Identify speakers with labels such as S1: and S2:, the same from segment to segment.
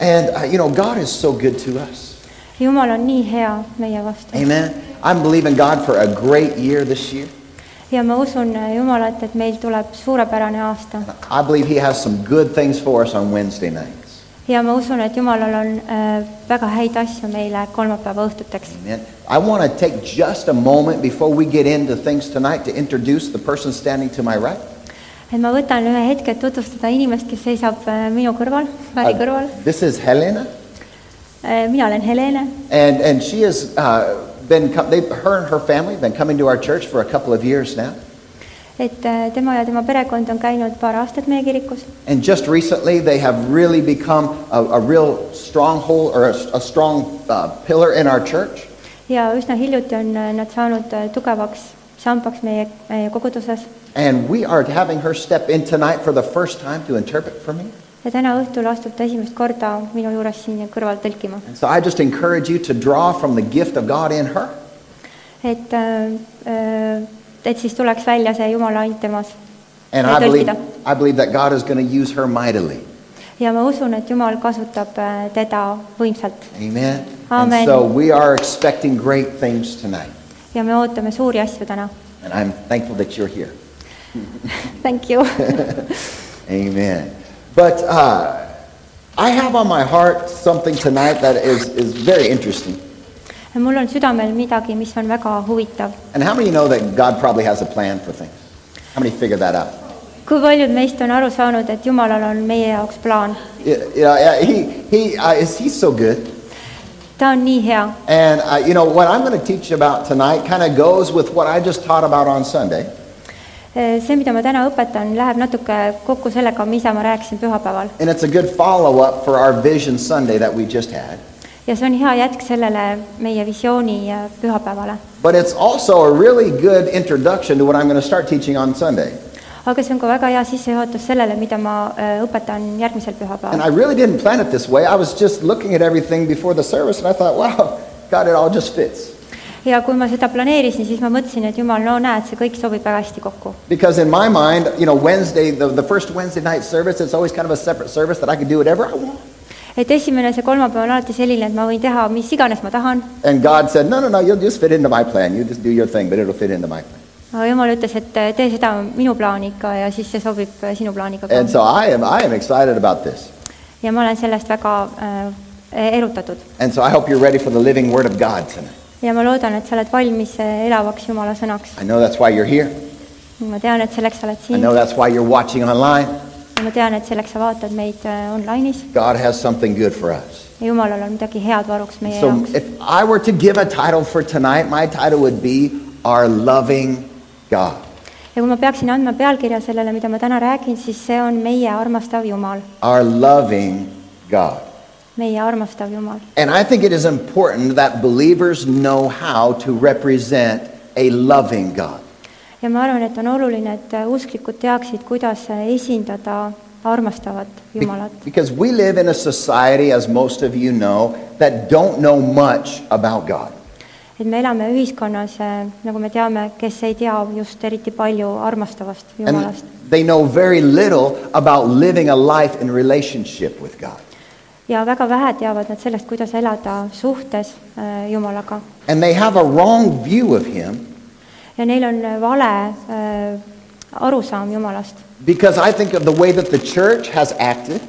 S1: And, uh, you know, God is so good to us.
S2: Jumal on nii hea meie vastu
S1: Amen. I'm believing God for a great year this year.
S2: ja ma usun äh, Jumalat , et meil tuleb suurepärane aasta
S1: I believe He has some good things for us on Wednesday nights.
S2: ja ma usun , et Jumalal on äh, väga häid asju meile kolmapäeva õhtuteks .
S1: Amen. I want to take just a moment before we get into things tonight to introduce the person standing to my right.
S2: et ma võtan ühe hetke , et tutvustada inimest , kes seisab äh, minu kõrval , Märi kõrval .
S1: Uh, this is Helena,
S2: mina olen Helene
S1: and, and she has uh, been, com- they, her and her family have been coming to our church for a couple of years now.
S2: et äh, tema ja tema perekond on käinud paar aastat meie kirikus
S1: And just recently, they have really become a, a real stronghold or a, a strong uh, pillar in our church.
S2: ja üsna hiljuti on äh, nad saanud äh, tugevaks sambaks meie meie koguduses
S1: And we are having her step in tonight for the first time to interpret for me.
S2: ja täna õhtul astub ta esimest korda minu juures siin kõrval tõlkima .
S1: And so I just encourage you to draw from the gift of God in her.
S2: et , et siis tuleks välja see Jumala ainult temas
S1: And
S2: Ja
S1: I believe,
S2: tõlkida.
S1: I believe that God is going to use her mightily.
S2: ja ma usun , et Jumal kasutab äh, teda võimsalt
S1: Amen. And
S2: Amen.
S1: so we are expecting great things tonight.
S2: ja me ootame suuri asju täna .
S1: And I'm thankful that you're here.
S2: Thank you .
S1: Amen. But uh, I have on my heart something tonight that is, is very interesting.
S2: mul on südamel midagi , mis on väga huvitav .
S1: And how many know that God probably has a plan for things? How many figure that out?
S2: kui paljud meist on aru saanud , et Jumalal on meie jaoks plaan ?
S1: Yeah, yeah, yeah, he, he, uh, is, he's so good.
S2: ta on nii hea
S1: And uh, you know what I'm going to teach about tonight kind of goes with what I just taught about on Sunday.
S2: Äh, see , mida ma täna õpetan , läheb natuke kokku sellega , mida ma rääkisin pühapäeval
S1: And it's a good follow up for our Vision Sunday that we just had.
S2: ja see on hea jätk sellele meie visiooni äh, pühapäevale .
S1: But it's also a really good introduction to what I'm going to start teaching on Sunday.
S2: aga see on ka väga hea sissejuhatus sellele , mida ma äh, õpetan järgmisel
S1: And
S2: pühapäeval .
S1: I really didn't plan it this way. I was just looking at everything before the service and I thought, wow, God, it all just fits.
S2: ja kui ma seda planeerisin , siis ma mõtlesin , et jumal , no näed , see kõik sobib väga hästi kokku .
S1: Because in my mind, you know, Wednesday, the, the first Wednesday night service, it's always kind of a separate service that I can do whatever I want.
S2: et esimene , see kolmapäev on alati selline , et ma võin teha mis iganes ma tahan ,
S1: And God said, no, no, no, you'll just fit into my plan. You just do your thing, but it'll fit into my plan.
S2: aga jumal ütles , et äh, tee seda minu plaaniga ja siis see sobib äh, sinu plaaniga
S1: And so
S2: ka .
S1: I am, I am excited about this.
S2: ja ma olen sellest väga äh, erutatud
S1: And so I hope you're ready for the living word of God tonight.
S2: ja ma loodan , et sa oled valmis äh, elavaks jumala sõnaks .
S1: I know that's why you're here.
S2: ma tean , et selleks sa oled
S1: I
S2: siin
S1: know that's why you're watching online.
S2: ja ma tean , et selleks sa vaatad meid äh, online'is
S1: God has something good for us.
S2: ja jumalal on midagi head varuks meie
S1: So
S2: jaoks .
S1: if I were to give a title for tonight, my title would be Our Loving God.
S2: ja kui ma peaksin andma pealkirja sellele , mida ma täna räägin , siis see on meie armastav Jumal ,
S1: Our Loving God.
S2: meie armastav Jumal .
S1: And I think it is important that believers know how to represent a loving God.
S2: ja ma arvan , et on oluline , et usklikud teaksid , kuidas esindada armastavat
S1: Be-
S2: Jumalat ,
S1: Because we live in a society, as most of you know, that don't know much about God.
S2: et me elame ühiskonnas , nagu me teame , kes ei tea just eriti palju armastavast
S1: And
S2: Jumalast
S1: they know very little about living a life in relationship with God.
S2: ja väga vähe teavad nad sellest , kuidas elada suhtes äh, Jumalaga
S1: And they have a wrong view of Him
S2: ja neil on vale äh, arusaam Jumalast
S1: because I think of the way that the church has acted,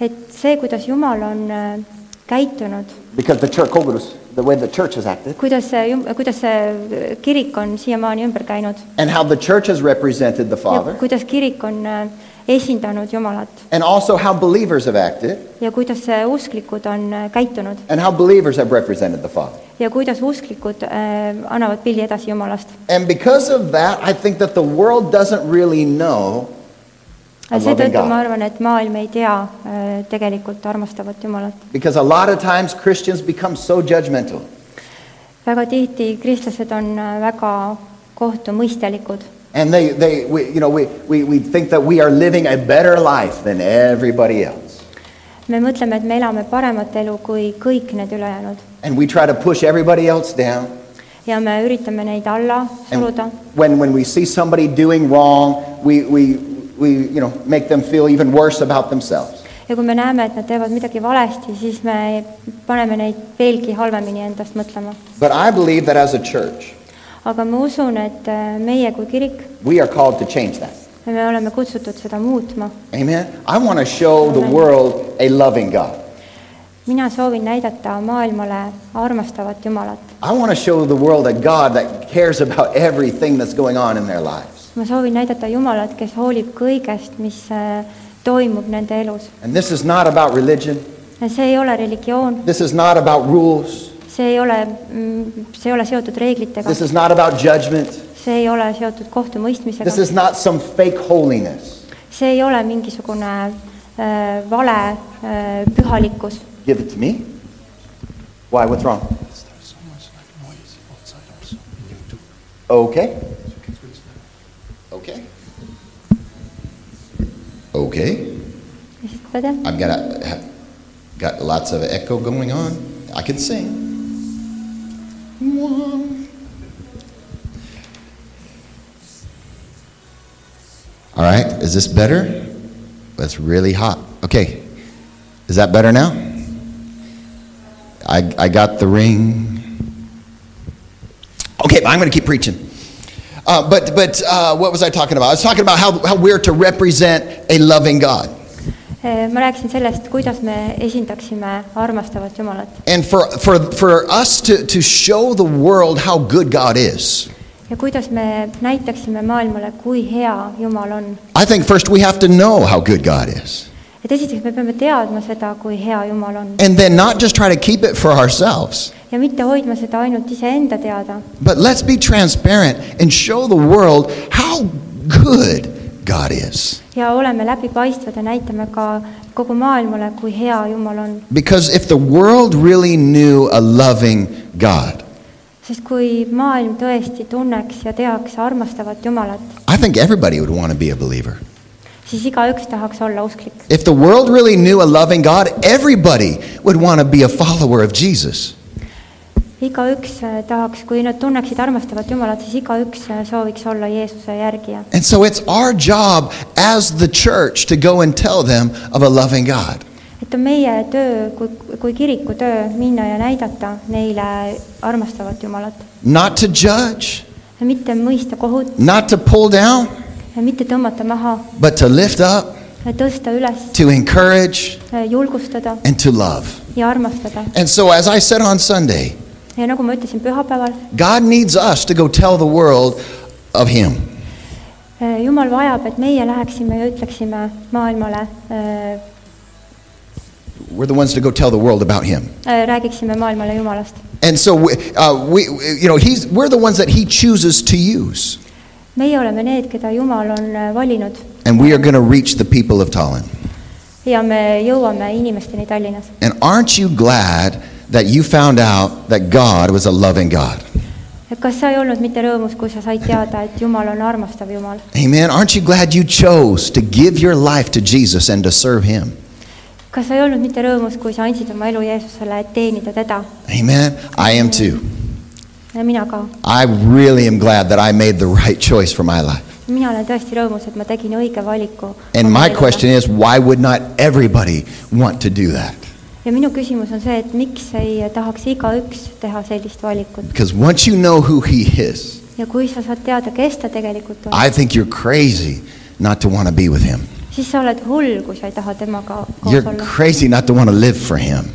S2: et see , kuidas Jumal on äh, käitunud ,
S1: because the church, the way the church has acted,
S2: kuidas see , kuidas see kirik on siiamaani ümber käinud
S1: and how the church has represented the
S2: ja
S1: Father,
S2: kuidas kirik on äh, esindanud Jumalat
S1: and also how believers have acted,
S2: ja kuidas äh, usklikud on äh, käitunud
S1: and how believers have represented the Father.
S2: ja kuidas usklikud äh, annavad pilli edasi Jumalast .
S1: And because of that, I think that the world doesn't really know a loving
S2: seetõttu ma
S1: God.
S2: arvan , et maailm ei tea äh, tegelikult armastavat Jumalat .
S1: Because a lot of times Christians become so judgmental.
S2: väga tihti kristlased on äh, väga kohtumõistelikud
S1: And they, they we, you know, we, we, we think that we are living a better life than everybody else.
S2: me mõtleme , et me elame paremat elu kui kõik need ülejäänud
S1: And we try to push everybody else down.
S2: ja me üritame neid alla
S1: And
S2: suruda
S1: when, when we see somebody doing wrong, we, we, we you know, make them feel even worse about themselves.
S2: ja kui me näeme , et nad teevad midagi valesti , siis me paneme neid veelgi halvemini endast mõtlema .
S1: But I believe that as a church,
S2: aga ma usun , et äh, meie kui kirik ,
S1: we are called to change that.
S2: me oleme kutsutud seda muutma .
S1: Amen. I want to show the
S2: Amen.
S1: world a loving God.
S2: mina soovin näidata maailmale armastavat Jumalat .
S1: I want to show the world a God that cares about everything that's going on in their lives.
S2: ma soovin näidata Jumalat , kes hoolib kõigest , mis äh, toimub nende elus .
S1: And this is not about religion.
S2: see ei ole religioon ,
S1: This is not about rules.
S2: see ei ole , see ei ole seotud reeglitega
S1: This , is not about judgment.
S2: see ei ole seotud kohtumõistmisega
S1: This is not some fake holiness.
S2: see ei ole mingisugune äh, vale äh, pühalikkus .
S1: Give it to me. Why? What's wrong?
S3: There's so much like noise outside also in YouTube.
S1: Okay.
S3: So you can switch that.
S1: Okay. Okay.
S2: esitada ,
S1: I've got, have, got lots of echo going on. I can sing.
S4: All right, is this better? That's really hot. Okay, is that better now? I, I got the ring.
S1: Okay, I'm going to keep preaching. Uh, but but uh, what was I talking about? I was talking about how, how we're to represent a loving God.
S2: Äh, ma rääkisin sellest , kuidas me esindaksime armastavat Jumalat
S1: And for, for, for us to, to show the world how good God is,
S2: ja kuidas me näitaksime maailmale , kui hea Jumal on .
S1: I think first we have to know how good God is.
S2: et esiteks me peame teadma seda , kui hea Jumal on
S1: And then not just try to keep it for ourselves,
S2: ja mitte hoidma seda ainult iseenda teada ,
S1: but let's be transparent and show the world how good God is.
S2: ja oleme läbipaistvad ja näitame ka kogu maailmale , kui hea Jumal on .
S1: Because if the world really knew a loving God,
S2: sest kui maailm tõesti tunneks ja teaks armastavat Jumalat ,
S1: I think everybody would want to be a believer.
S2: siis igaüks tahaks olla usklik .
S1: If the world really knew a loving God, everybody would want to be a follower of Jesus.
S2: igaüks äh, tahaks , kui nad tunneksid armastavat Jumalat , siis igaüks äh, sooviks olla Jeesuse järgija .
S1: And so it's our job as the church to go and tell them of a loving God.
S2: et on meie töö kui , kui kiriku töö minna ja näidata neile armastavat Jumalat .
S1: Not to judge,
S2: mitte mõista kohut ,
S1: not to pull down,
S2: mitte tõmmata maha ,
S1: but to lift up,
S2: tõsta üles ,
S1: to encourage,
S2: julgustada
S1: and to love.
S2: ja armastada .
S1: And so, as I said on Sunday,
S2: ja nagu ma ütlesin pühapäeval ,
S1: God needs us to go tell the world of Him.
S2: äh, Jumal vajab , et meie läheksime ja ütleksime maailmale , äh,
S1: We're the ones to go tell the world about Him.
S2: äh, räägiksime maailmale Jumalast .
S1: And so, we- uh, we, we- you know, he's, we're the ones that He chooses to use.
S2: meie oleme need , keda Jumal on äh, valinud
S1: And we are going to reach the people of Tallinn.
S2: ja me jõuame inimesteni Tallinnas .
S1: And aren't you glad that you found out that God was a loving God?
S2: et kas sa ei olnud mitte rõõmus , kui sa said teada , et Jumal on armastav Jumal ?
S1: Amen. Aren't you glad you chose to give your life to Jesus and to serve Him?
S2: kas sa ei olnud mitte rõõmus , kui sa andsid oma elu Jeesusele , et teenida teda ?
S1: Amen. I am too.
S2: mina ka .
S1: I really am glad that I made the right choice for my life.
S2: mina olen tõesti rõõmus , et ma tegin õige valiku .
S1: And my question is, why would not everybody want to do that?
S2: ja minu küsimus on see , et miks ei tahaks igaüks teha sellist valikut
S1: Because once you know who He is,
S2: ja kui sa saad teada , kes ta tegelikult on ,
S1: I think you're crazy not to want to be with Him.
S2: siis sa oled hull , kui sa ei taha temaga kaasa
S1: You're
S2: olla ,
S1: crazy not to want to live for Him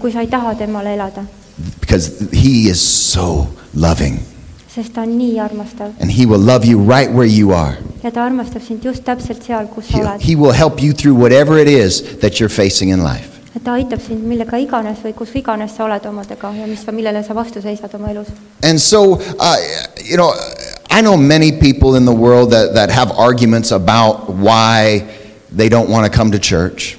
S2: kui sa ei taha temale elada ,
S1: because He is so loving.
S2: sest ta on nii armastav
S1: And He will love you right where you are.
S2: ja ta armastab sind just täpselt seal , kus sa
S1: He,
S2: oled .
S1: he will help you through whatever it is that you're facing in life.
S2: ta aitab sind millega iganes või kus iganes sa oled omadega ja mis , millele sa vastu seisad oma elus .
S1: And so, uh, you know, I know many people in the world that, that have arguments about why they don't want to come to church.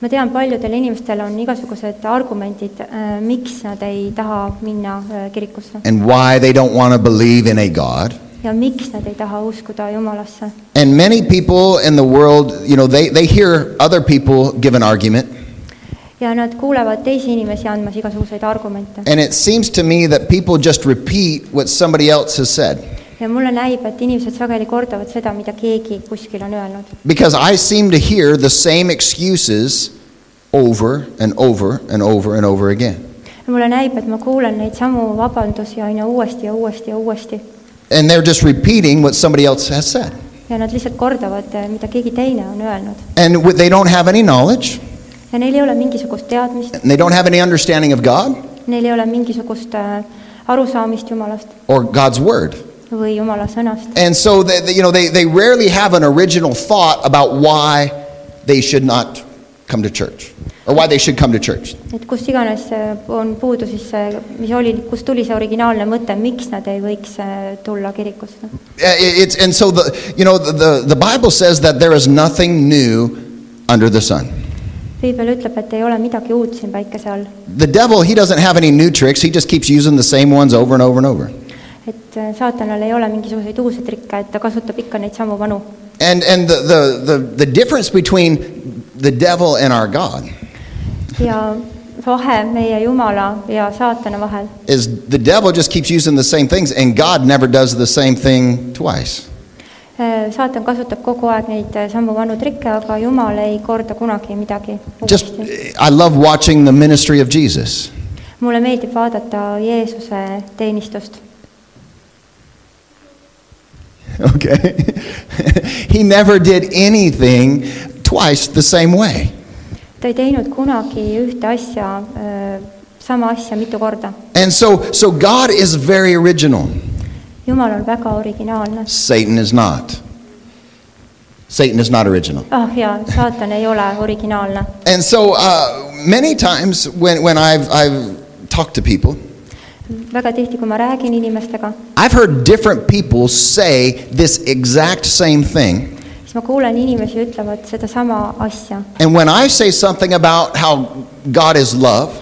S2: ma tean , paljudel inimestel on igasugused argumendid , miks nad ei taha minna äh, kirikusse
S1: and why they don't want to believe in a God.
S2: ja miks nad ei taha uskuda Jumalasse .
S1: And many people in the world, you know, they, they hear other people give an argument.
S2: ja nad kuulevad teisi inimesi andmas igasuguseid argumente
S1: And it seems to me that people just repeat what somebody else has said.
S2: ja mulle näib , et inimesed sageli kordavad seda , mida keegi kuskil on öelnud .
S1: Because I seem to hear the same excuses over and over and over and over again.
S2: mulle näib , et ma kuulen neid samu vabandusi aina uuesti ja uuesti ja uuesti
S1: And they're just repeating what somebody else has said.
S2: ja nad lihtsalt kordavad , mida keegi teine on öelnud
S1: And w- they don't have any knowledge,
S2: ja neil ei ole mingisugust teadmist ,
S1: and they don't have any understanding of God
S2: neil ei ole mingisugust äh, arusaamist Jumalast
S1: or God's Word.
S2: või Jumala sõnast
S1: And so, they, they- you know, they, they rarely have an original thought about why they should not come to church or why they should come to church.
S2: et kust iganes see on puudu siis see , mis oli , kust tuli see originaalne mõte , miks nad ei võiks äh, tulla kirikusse .
S1: Uh, it- It's, and so, the, you know, the, the, the Bible says that there is nothing new under the sun.
S2: piibel ütleb , et ei ole midagi uut siin päikese all ,
S1: The devil, he doesn't have any new tricks. He just keeps using the same ones over and over and over.
S2: et äh, saatanal ei ole mingisuguseid uusi trikke , et ta kasutab ikka neid samu vanu .
S1: And, and the, the, the, the difference between the devil and our God
S2: ja vahe meie Jumala ja saatana vahel
S1: is the devil just keeps using the same things, and God never does the same thing twice.
S2: äh, saatan kasutab kogu aeg neid äh, samu vanu trikke , aga Jumal ei korda kunagi midagi
S1: Just,
S2: uuesti .
S1: I love watching the ministry of Jesus.
S2: mulle meeldib vaadata Jeesuse teenistust
S1: Okay? he never did anything twice the same way.
S2: ta ei teinud kunagi ühte asja , sama asja mitu korda .
S1: And so, so God is very original.
S2: jumal on väga originaalne .
S1: Satan is not. Satan is not original.
S2: ah jaa , saatan ei ole originaalne .
S1: And so uh, many times when, when I've, I've talked to people,
S2: väga tihti , kui ma räägin inimestega ,
S1: I've heard different people say this exact same thing.
S2: siis ma kuulen inimesi ütlevad sedasama asja .
S1: And when I say something about how God is love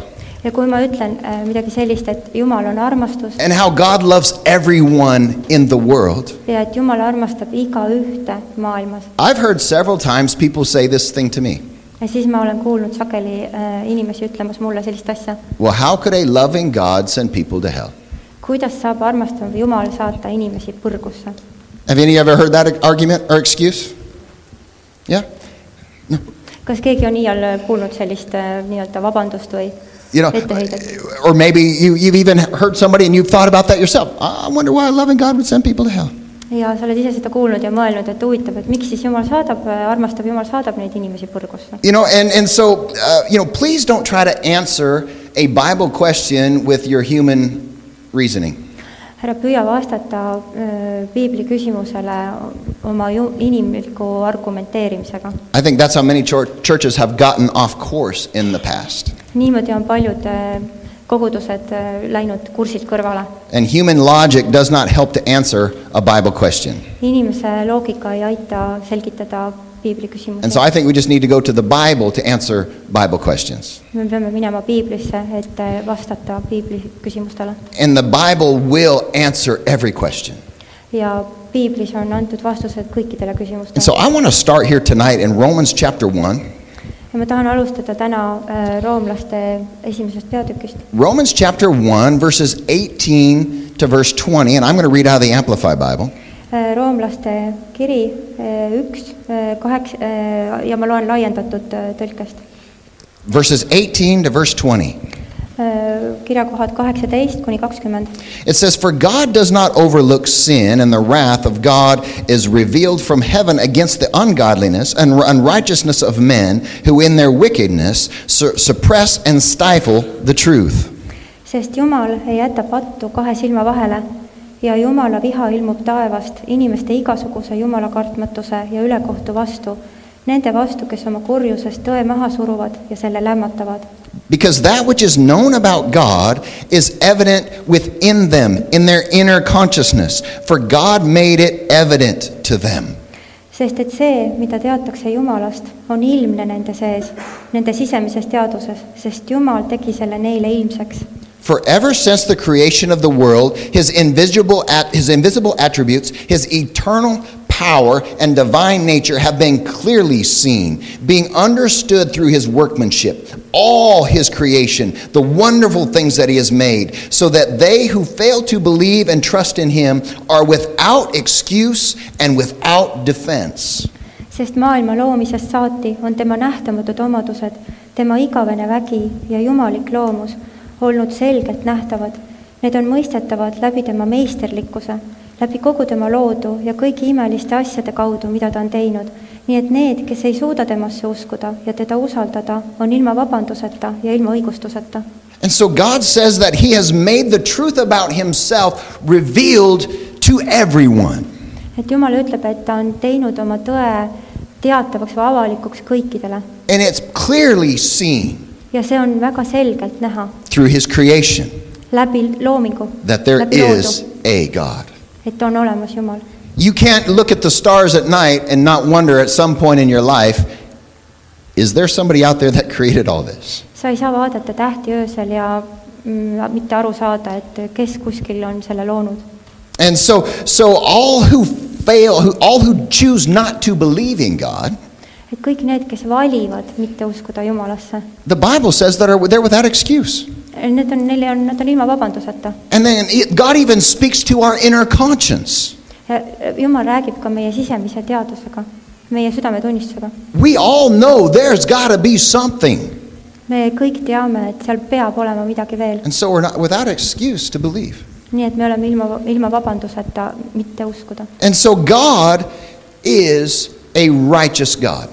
S2: ja kui ma ütlen äh, midagi sellist , et jumal on armastus
S1: and how God loves everyone in the world,
S2: ja et jumal armastab igaühte maailmas ,
S1: I've heard several times people say this thing to me.
S2: siis ma olen kuulnud sageli äh, inimesi ütlemas mulle sellist asja .
S1: Well, how could a loving God send people to hell?
S2: kuidas saab armastav jumal saata inimesi põrgusse ?
S1: Have any ever heard that argument or excuse? Yeah?
S2: kas keegi on iial kuulnud sellist äh, nii-öelda vabandust või
S1: You know,
S2: etteheidet ?
S1: or maybe you, you've even heard somebody and you've thought about that yourself. I I wonder why a loving God would send people to hell.
S2: ja sa oled ise seda kuulnud ja mõelnud , et huvitav , et miks siis Jumal saadab , armastab Jumal saadab neid inimesi põrgusse .
S1: You know, and, and so, uh, you know, please don't try to answer a Bible question with your human reasoning.
S2: ära püüa vastata öö, piibli küsimusele oma ju- inimliku argumenteerimisega .
S1: I think that's how many chur- churches have gotten off course in the past.
S2: niimoodi on paljud öö, kogudused öö, läinud kursilt kõrvale .
S1: And human logic does not help to answer a Bible question.
S2: inimese loogika ei aita selgitada piibli
S1: And so
S2: küsimusi .
S1: I think we just need to go to the Bible to answer Bible questions.
S2: me peame minema piiblisse , et öö, vastata piibli küsimustele .
S1: And the Bible will answer every question.
S2: ja piiblis on antud vastused kõikidele küsimustele
S1: And so I want to start here tonight in Romans chapter 1.
S2: ja ma tahan alustada täna äh, roomlaste esimesest peatükist ,
S1: Romans chapter 1, verses 18 to verse 20, and I'm going to read out of the Amplified Bible.
S2: Äh, roomlaste kiri äh, üks , kaheks- äh, ja ma loen laiendatud äh, tõlkest .
S1: Verses 18 to verse 20.
S2: Äh, kirjakohad kaheksateist kuni kakskümmend .
S1: It says, For God does not overlook sin, and the wrath of God is revealed from heaven against the ungodliness and unrighteousness of men who in their wickedness su- suppress and stifle the truth.
S2: sest Jumal ei jäta pattu kahe silma vahele ja Jumala viha ilmub taevast inimeste igasuguse Jumala kartmatuse ja ülekohtu vastu , nende vastu , kes oma kurjuses tõe maha suruvad ja selle lämmatavad
S1: Because that which is known about God is evident within them, in their inner consciousness, for God made it evident to them.
S2: sest et see , mida teatakse Jumalast , on ilmne nende sees , nende sisemises teaduses , sest Jumal tegi selle neile ilmseks .
S1: For ever since the creation of the world, his invisible, at, his invisible attributes, his eternal power and divine nature have been clearly seen, being understood through his workmanship, all his creation, the wonderful things that he has made, so that they who fail to believe and trust in him are without excuse and without defense.
S2: sest maailma loomisest saati on tema nähtamatud omadused, tema igavene vägi ja jumalik loomus olnud selgelt nähtavad. Need on mõistetavad läbi tema meisterlikkuse, läbi kogu tema loodu ja kõigi imeliste asjade kaudu, mida ta on teinud. nii et need, kes ei suuda temasse uskuda ja teda usaldada, on ilma vabanduseta ja ilma õigustuseta
S1: And so God says that he has made the truth about himself revealed to everyone.
S2: et Jumal ütleb, et ta on teinud oma tõe teatavaks või avalikuks kõikidele
S1: And it's clearly seen
S2: ja see on väga selgelt näha
S1: through his creation
S2: läbi loomingu ,
S1: that there
S2: läbi
S1: is
S2: loodu ,
S1: a God.
S2: et on olemas Jumal .
S1: You can't look at the stars at night and not wonder at some point in your life, is there somebody out there that created all this?
S2: sa ei saa vaadata tähti öösel ja mm, mitte aru saada , et kes kuskil on selle loonud .
S1: And so, so all who fail, who, all who choose not to believe in God,
S2: et kõik need , kes valivad mitte uskuda Jumalasse ,
S1: the Bible says that are, they're without excuse.
S2: need on , neil on , nad on ilma vabanduseta .
S1: And then it, God even speaks to our inner conscience.
S2: Jumal räägib ka meie sisemise teadusega , meie südametunnistusega .
S1: We all know there's got to be something.
S2: me kõik teame , et seal peab olema midagi veel ,
S1: And so we're not without excuse to believe.
S2: nii et me oleme ilma , ilma vabanduseta mitte uskuda .
S1: And so God is a righteous God.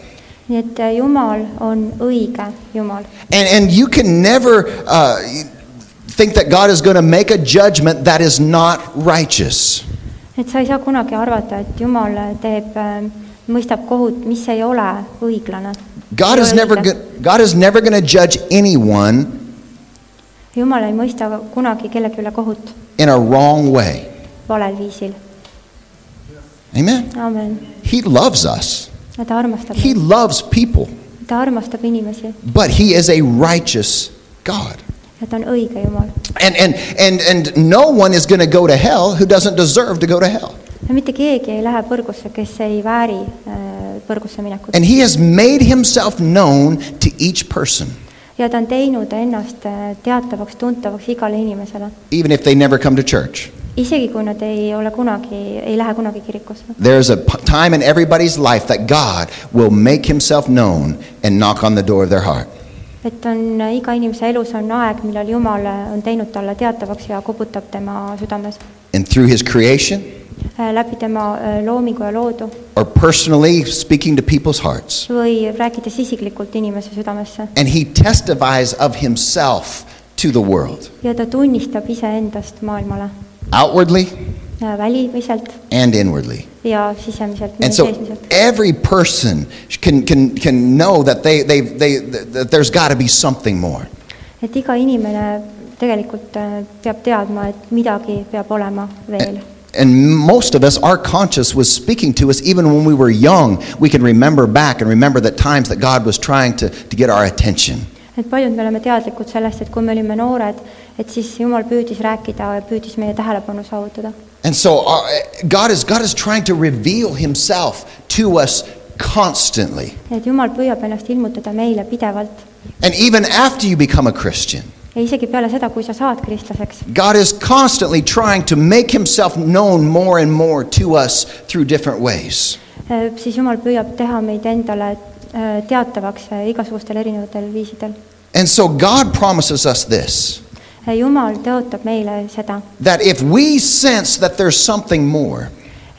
S2: nii et Jumal on õige Jumal
S1: And, and you can never uh, think that God is going to make a judgment that is not righteous.
S2: et sa ei saa kunagi arvata , et Jumal teeb , mõistab kohut , mis ei ole õiglane .
S1: God is never go- God is never going to judge anyone
S2: Jumal ei mõista kunagi kellegi üle kohut
S1: in a wrong way.
S2: valel viisil .
S1: Amen.
S2: amen .
S1: He loves us.
S2: ta armastab
S1: He
S2: meid ,
S1: loves people,
S2: ta armastab inimesi
S1: but he is a righteous God.
S2: ja ta on õige Jumal .
S1: And and and and no one is going to go to hell who doesn't deserve to go to hell.
S2: mitte keegi ei lähe põrgusse , kes ei vääri äh, põrgusse minekut
S1: And he has made himself known to each person,
S2: ja ta on teinud ennast äh, teatavaks , tuntavaks igale inimesele ,
S1: even if they never come to church.
S2: isegi kui nad ei ole kunagi , ei lähe kunagi kirikusse .
S1: There's a p- time in everybody's life that God will make himself known and knock on the door of their heart.
S2: et on äh, iga inimese elus on aeg , millal Jumal äh, on teinud talle teatavaks ja koputab tema südames
S1: And through his creation
S2: Äh, läbi tema äh, loomingu ja loodu
S1: or personally speaking to people's hearts.
S2: või rääkides isiklikult inimese südamesse
S1: And he testifies of himself to the world,
S2: ja ta tunnistab iseendast maailmale
S1: outwardly
S2: äh, välimiselt
S1: and inwardly.
S2: ja sisemiselt ,
S1: And so
S2: seesmiselt .
S1: every person can, can, can know that, they, they, they, that there's got to be something more.
S2: et iga inimene tegelikult äh, peab teadma , et midagi peab olema veel .
S1: And most of us, our conscience was speaking to us even when we were young. We can remember back and remember the times that God was trying to, to get our attention.
S2: et paljud me oleme teadlikud sellest , et kui me olime noored , et siis Jumal püüdis rääkida ja püüdis meie tähelepanu saavutada .
S1: And so our, God, is, God is trying to reveal Himself to us constantly.
S2: et Jumal püüab ennast ilmutada meile pidevalt
S1: And even after you become a Christian,
S2: ja isegi peale seda , kui sa saad kristlaseks ,
S1: God is constantly trying to make Himself known more and more to us through different ways.
S2: äh, siis Jumal püüab teha meid endale äh, teatavaks äh, igasugustel erinevatel viisidel .
S1: And so God promises us this
S2: Jumal tõotab meile seda ,
S1: that if we sense that there's something more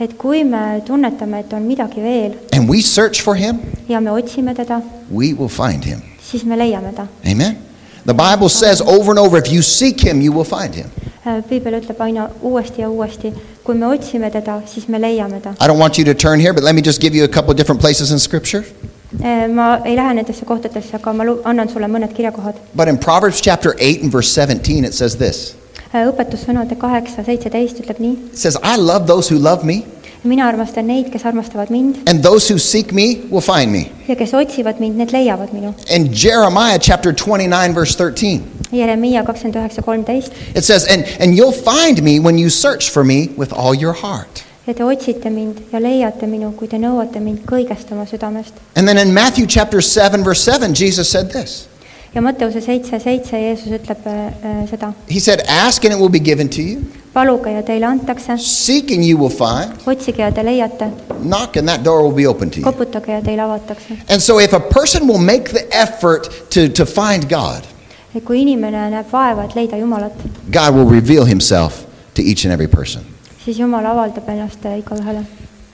S2: et kui me tunnetame , et on midagi veel
S1: and we search for Him,
S2: ja me otsime teda ,
S1: we will find Him.
S2: siis me leiame ta .
S1: Amen. The Bible says over and over if you seek him, you will find him.
S2: Äh, piibel ütleb aina uuesti ja uuesti , kui me otsime teda , siis me leiame ta .
S1: I don't want you to turn here, but let me just give you a couple different places in Scripture.
S2: Äh, ma ei lähe nendesse kohtadesse , aga ma lu- annan sulle mõned kirjakohad .
S1: But in Proverbs chapter 8 and verse 17, it says this
S2: Äh, õpetussõnade kaheksa , seitseteist ütleb nii
S1: It says, I love those who love me,
S2: mina armastan neid , kes armastavad mind
S1: and those who seek me will find me.
S2: ja kes otsivad mind , need leiavad minu .
S1: In Jeremiah chapter 29, verse 13,
S2: Jeremiia kakskümmend üheksa , kolmteist
S1: it says, And, and you'll find me when you search for me with all your heart.
S2: ja te otsite mind ja leiate minu , kui te nõuate mind kõigest oma südamest .
S1: And then in Matthew chapter 7 verse 7 Jesus said this.
S2: ja Matteuse seitse , seitse Jeesus ütleb äh, äh, seda .
S1: He said ask and it will be given to you,
S2: paluge ja teile antakse ,
S1: seek and you will find,
S2: otsige ja te leiate ,
S1: knock and that door will be open to you.
S2: koputage ja teile avatakse .
S1: And so if a person will make the effort to to find God,
S2: et kui inimene näeb vaeva , et leida Jumalat ,
S1: God will reveal himself to each and every person.
S2: siis Jumal avaldab ennast äh, igaühele .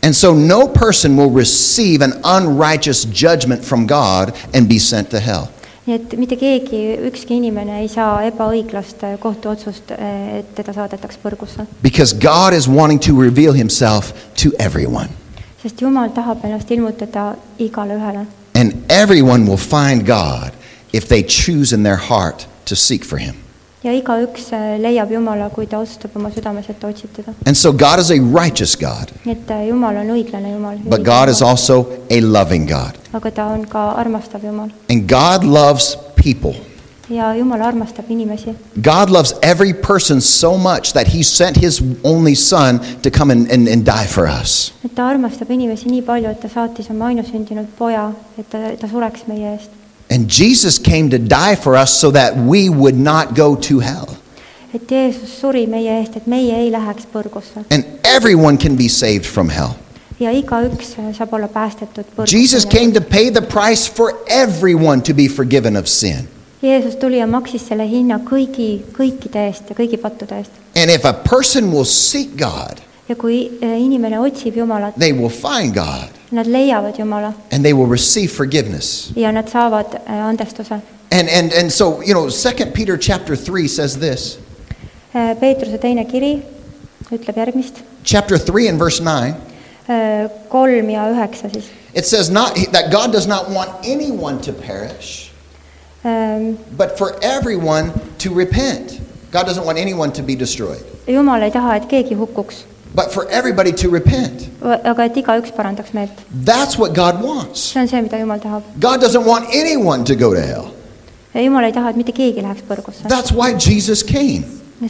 S1: And so no person will receive an unrighteous judgment from God and be sent to hell.
S2: nii et mitte keegi , ükski inimene ei saa ebaõiglast äh, kohtuotsust , et teda saadetaks põrgusse .
S1: Because God is wanting to reveal himself to everyone.
S2: sest Jumal tahab ennast ilmutada igale ühele
S1: And everyone will find God if they choose in their heart to seek for him.
S2: ja igaüks äh, leiab Jumala , kui ta otsustab oma südames , et ta otsib teda .
S1: And so God is a righteous God,
S2: nii et äh, Jumal on õiglane Jumal .
S1: but God is also a loving God.
S2: aga ta on ka armastav Jumal
S1: And God loves people.
S2: ja Jumal armastab inimesi
S1: God loves every person so much that he sent his only son to come and, and, and die for us.
S2: et ta armastab inimesi nii palju , et ta saatis oma ainusündinud poja , et ta , ta sureks meie eest .
S1: And Jesus came to die for us so that we would not go to hell.
S2: et Jeesus suri meie eest , et meie ei läheks põrgusse
S1: And everyone can be saved from hell.
S2: ja igaüks äh, saab olla päästetud
S1: Jesus came
S2: põrgusse .
S1: to pay the price for everyone to be forgiven of sin.
S2: Jeesus tuli ja maksis selle hinna kõigi , kõikide eest ja kõigi pattude eest .
S1: And if a person will seek God,
S2: ja kui äh, inimene otsib Jumalat ,
S1: they will find God
S2: nad leiavad Jumala
S1: and they will receive forgiveness.
S2: ja nad saavad äh, andestuse .
S1: And, and, and so, you know, 2 Peter chapter 3 says this.
S2: Äh, Peetruse teine kiri ütleb järgmist ,
S1: Chapter 3 and verse 9.
S2: kolm ja üheksa siis
S1: It says not that God does not want anyone to perish,
S2: Ähm,
S1: but for everyone to repent. God doesn't want anyone to be destroyed,
S2: jumal ei taha , et keegi hukkuks ,
S1: but for everybody to repent.
S2: aga et igaüks parandaks meelt .
S1: That's what God wants.
S2: see on see , mida Jumal tahab .
S1: God doesn't want anyone to go to hell.
S2: Jumal ei taha , et mitte keegi läheks põrgusse .
S1: That's why Jesus came.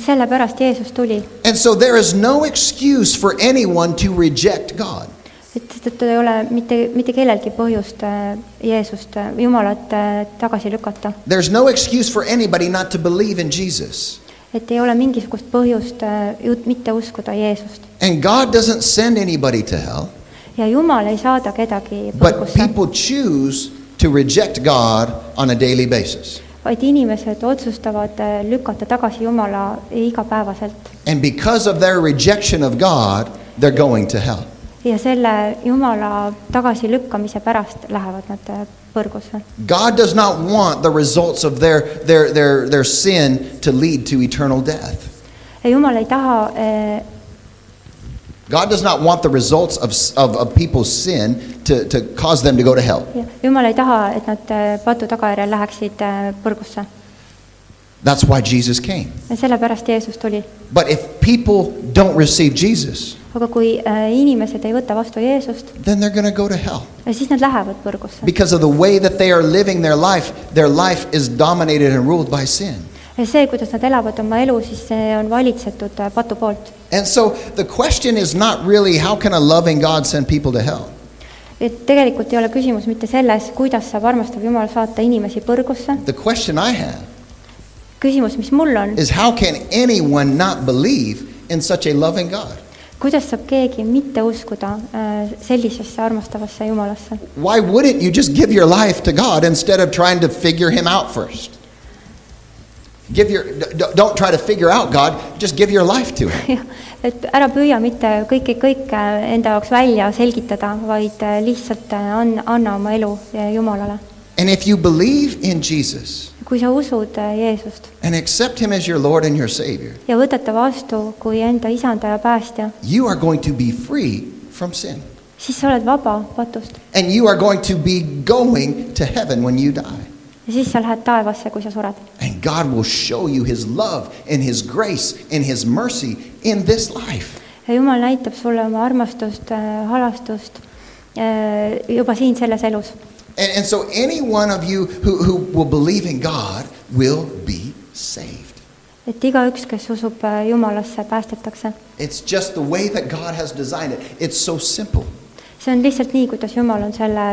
S2: sellepärast Jeesus tuli ,
S1: And so there is no excuse for anyone to reject God.
S2: et seetõttu ei ole mitte , mitte kellelgi põhjust äh, Jeesust , Jumalat äh, tagasi lükata .
S1: There's no excuse for anybody not to believe in Jesus.
S2: et ei ole mingisugust põhjust äh, ju- mitte uskuda Jeesust .
S1: And God doesn't send anybody to hell,
S2: ja Jumal ei saada kedagi
S1: but
S2: põrgusse ,
S1: people choose to reject God on a daily basis.
S2: vaid inimesed otsustavad äh, lükata tagasi Jumala igapäevaselt .
S1: And because of their rejection of God, they're going to hell.
S2: ja selle Jumala tagasilükkamise pärast lähevad nad äh, põrgusse .
S1: God does not want the results of their, their, their, their sin to lead to eternal death.
S2: ja Jumal ei taha eh,
S1: God does not want the results of, of, of people's sin to, to cause them to go to hell.
S2: ja- Jumal ei taha , et nad eh, patu tagajärjel läheksid eh, põrgusse .
S1: That's why Jesus came.
S2: sellepärast Jeesus tuli .
S1: But if people don't receive Jesus,
S2: aga kui eh, inimesed ei võta vastu Jeesust ,
S1: then they're going to go to hell.
S2: siis nad lähevad põrgusse .
S1: Because of the way that they are living their life, their life is dominated and ruled by sin.
S2: see , kuidas nad elavad oma elu , siis see on valitsetud eh, patu poolt .
S1: And so the question is not really how can a loving God send people to hell?
S2: et tegelikult ei ole küsimus mitte selles , kuidas saab armastav Jumal saata inimesi põrgusse .
S1: The question I have
S2: küsimus , mis mul on ,
S1: is how can anyone not believe in such a loving God?
S2: kuidas saab keegi mitte uskuda eh, sellisesse armastavasse Jumalasse ?
S1: Why wouldn't you just give your life to God instead of trying to figure him out first? Give your d- d- don't try to figure out God, just give your life to him.
S2: jah , et ära püüa mitte kõike , kõike enda jaoks välja selgitada , vaid äh, lihtsalt an- , anna oma elu äh, Jumalale .
S1: And if you believe in Jesus
S2: kui sa usud äh, Jeesust
S1: and accept him as your Lord and your Savior,
S2: ja võtad ta vastu kui enda isanda ja päästja ,
S1: you are going to be free from sin.
S2: siis sa oled vaba patust
S1: And you are going to be going to heaven when you die.
S2: ja siis sa lähed taevasse , kui sa sured .
S1: And God will show you his love and his grace and his mercy in this life.
S2: ja Jumal näitab sulle oma armastust , halastust eh, juba siin selles elus .
S1: And, and so, any one of you who, who will believe in God will be saved.
S2: et igaüks , kes usub äh, Jumalasse , päästetakse .
S1: It's just the way that God has designed it. It's so simple.
S2: see on lihtsalt nii , kuidas Jumal on selle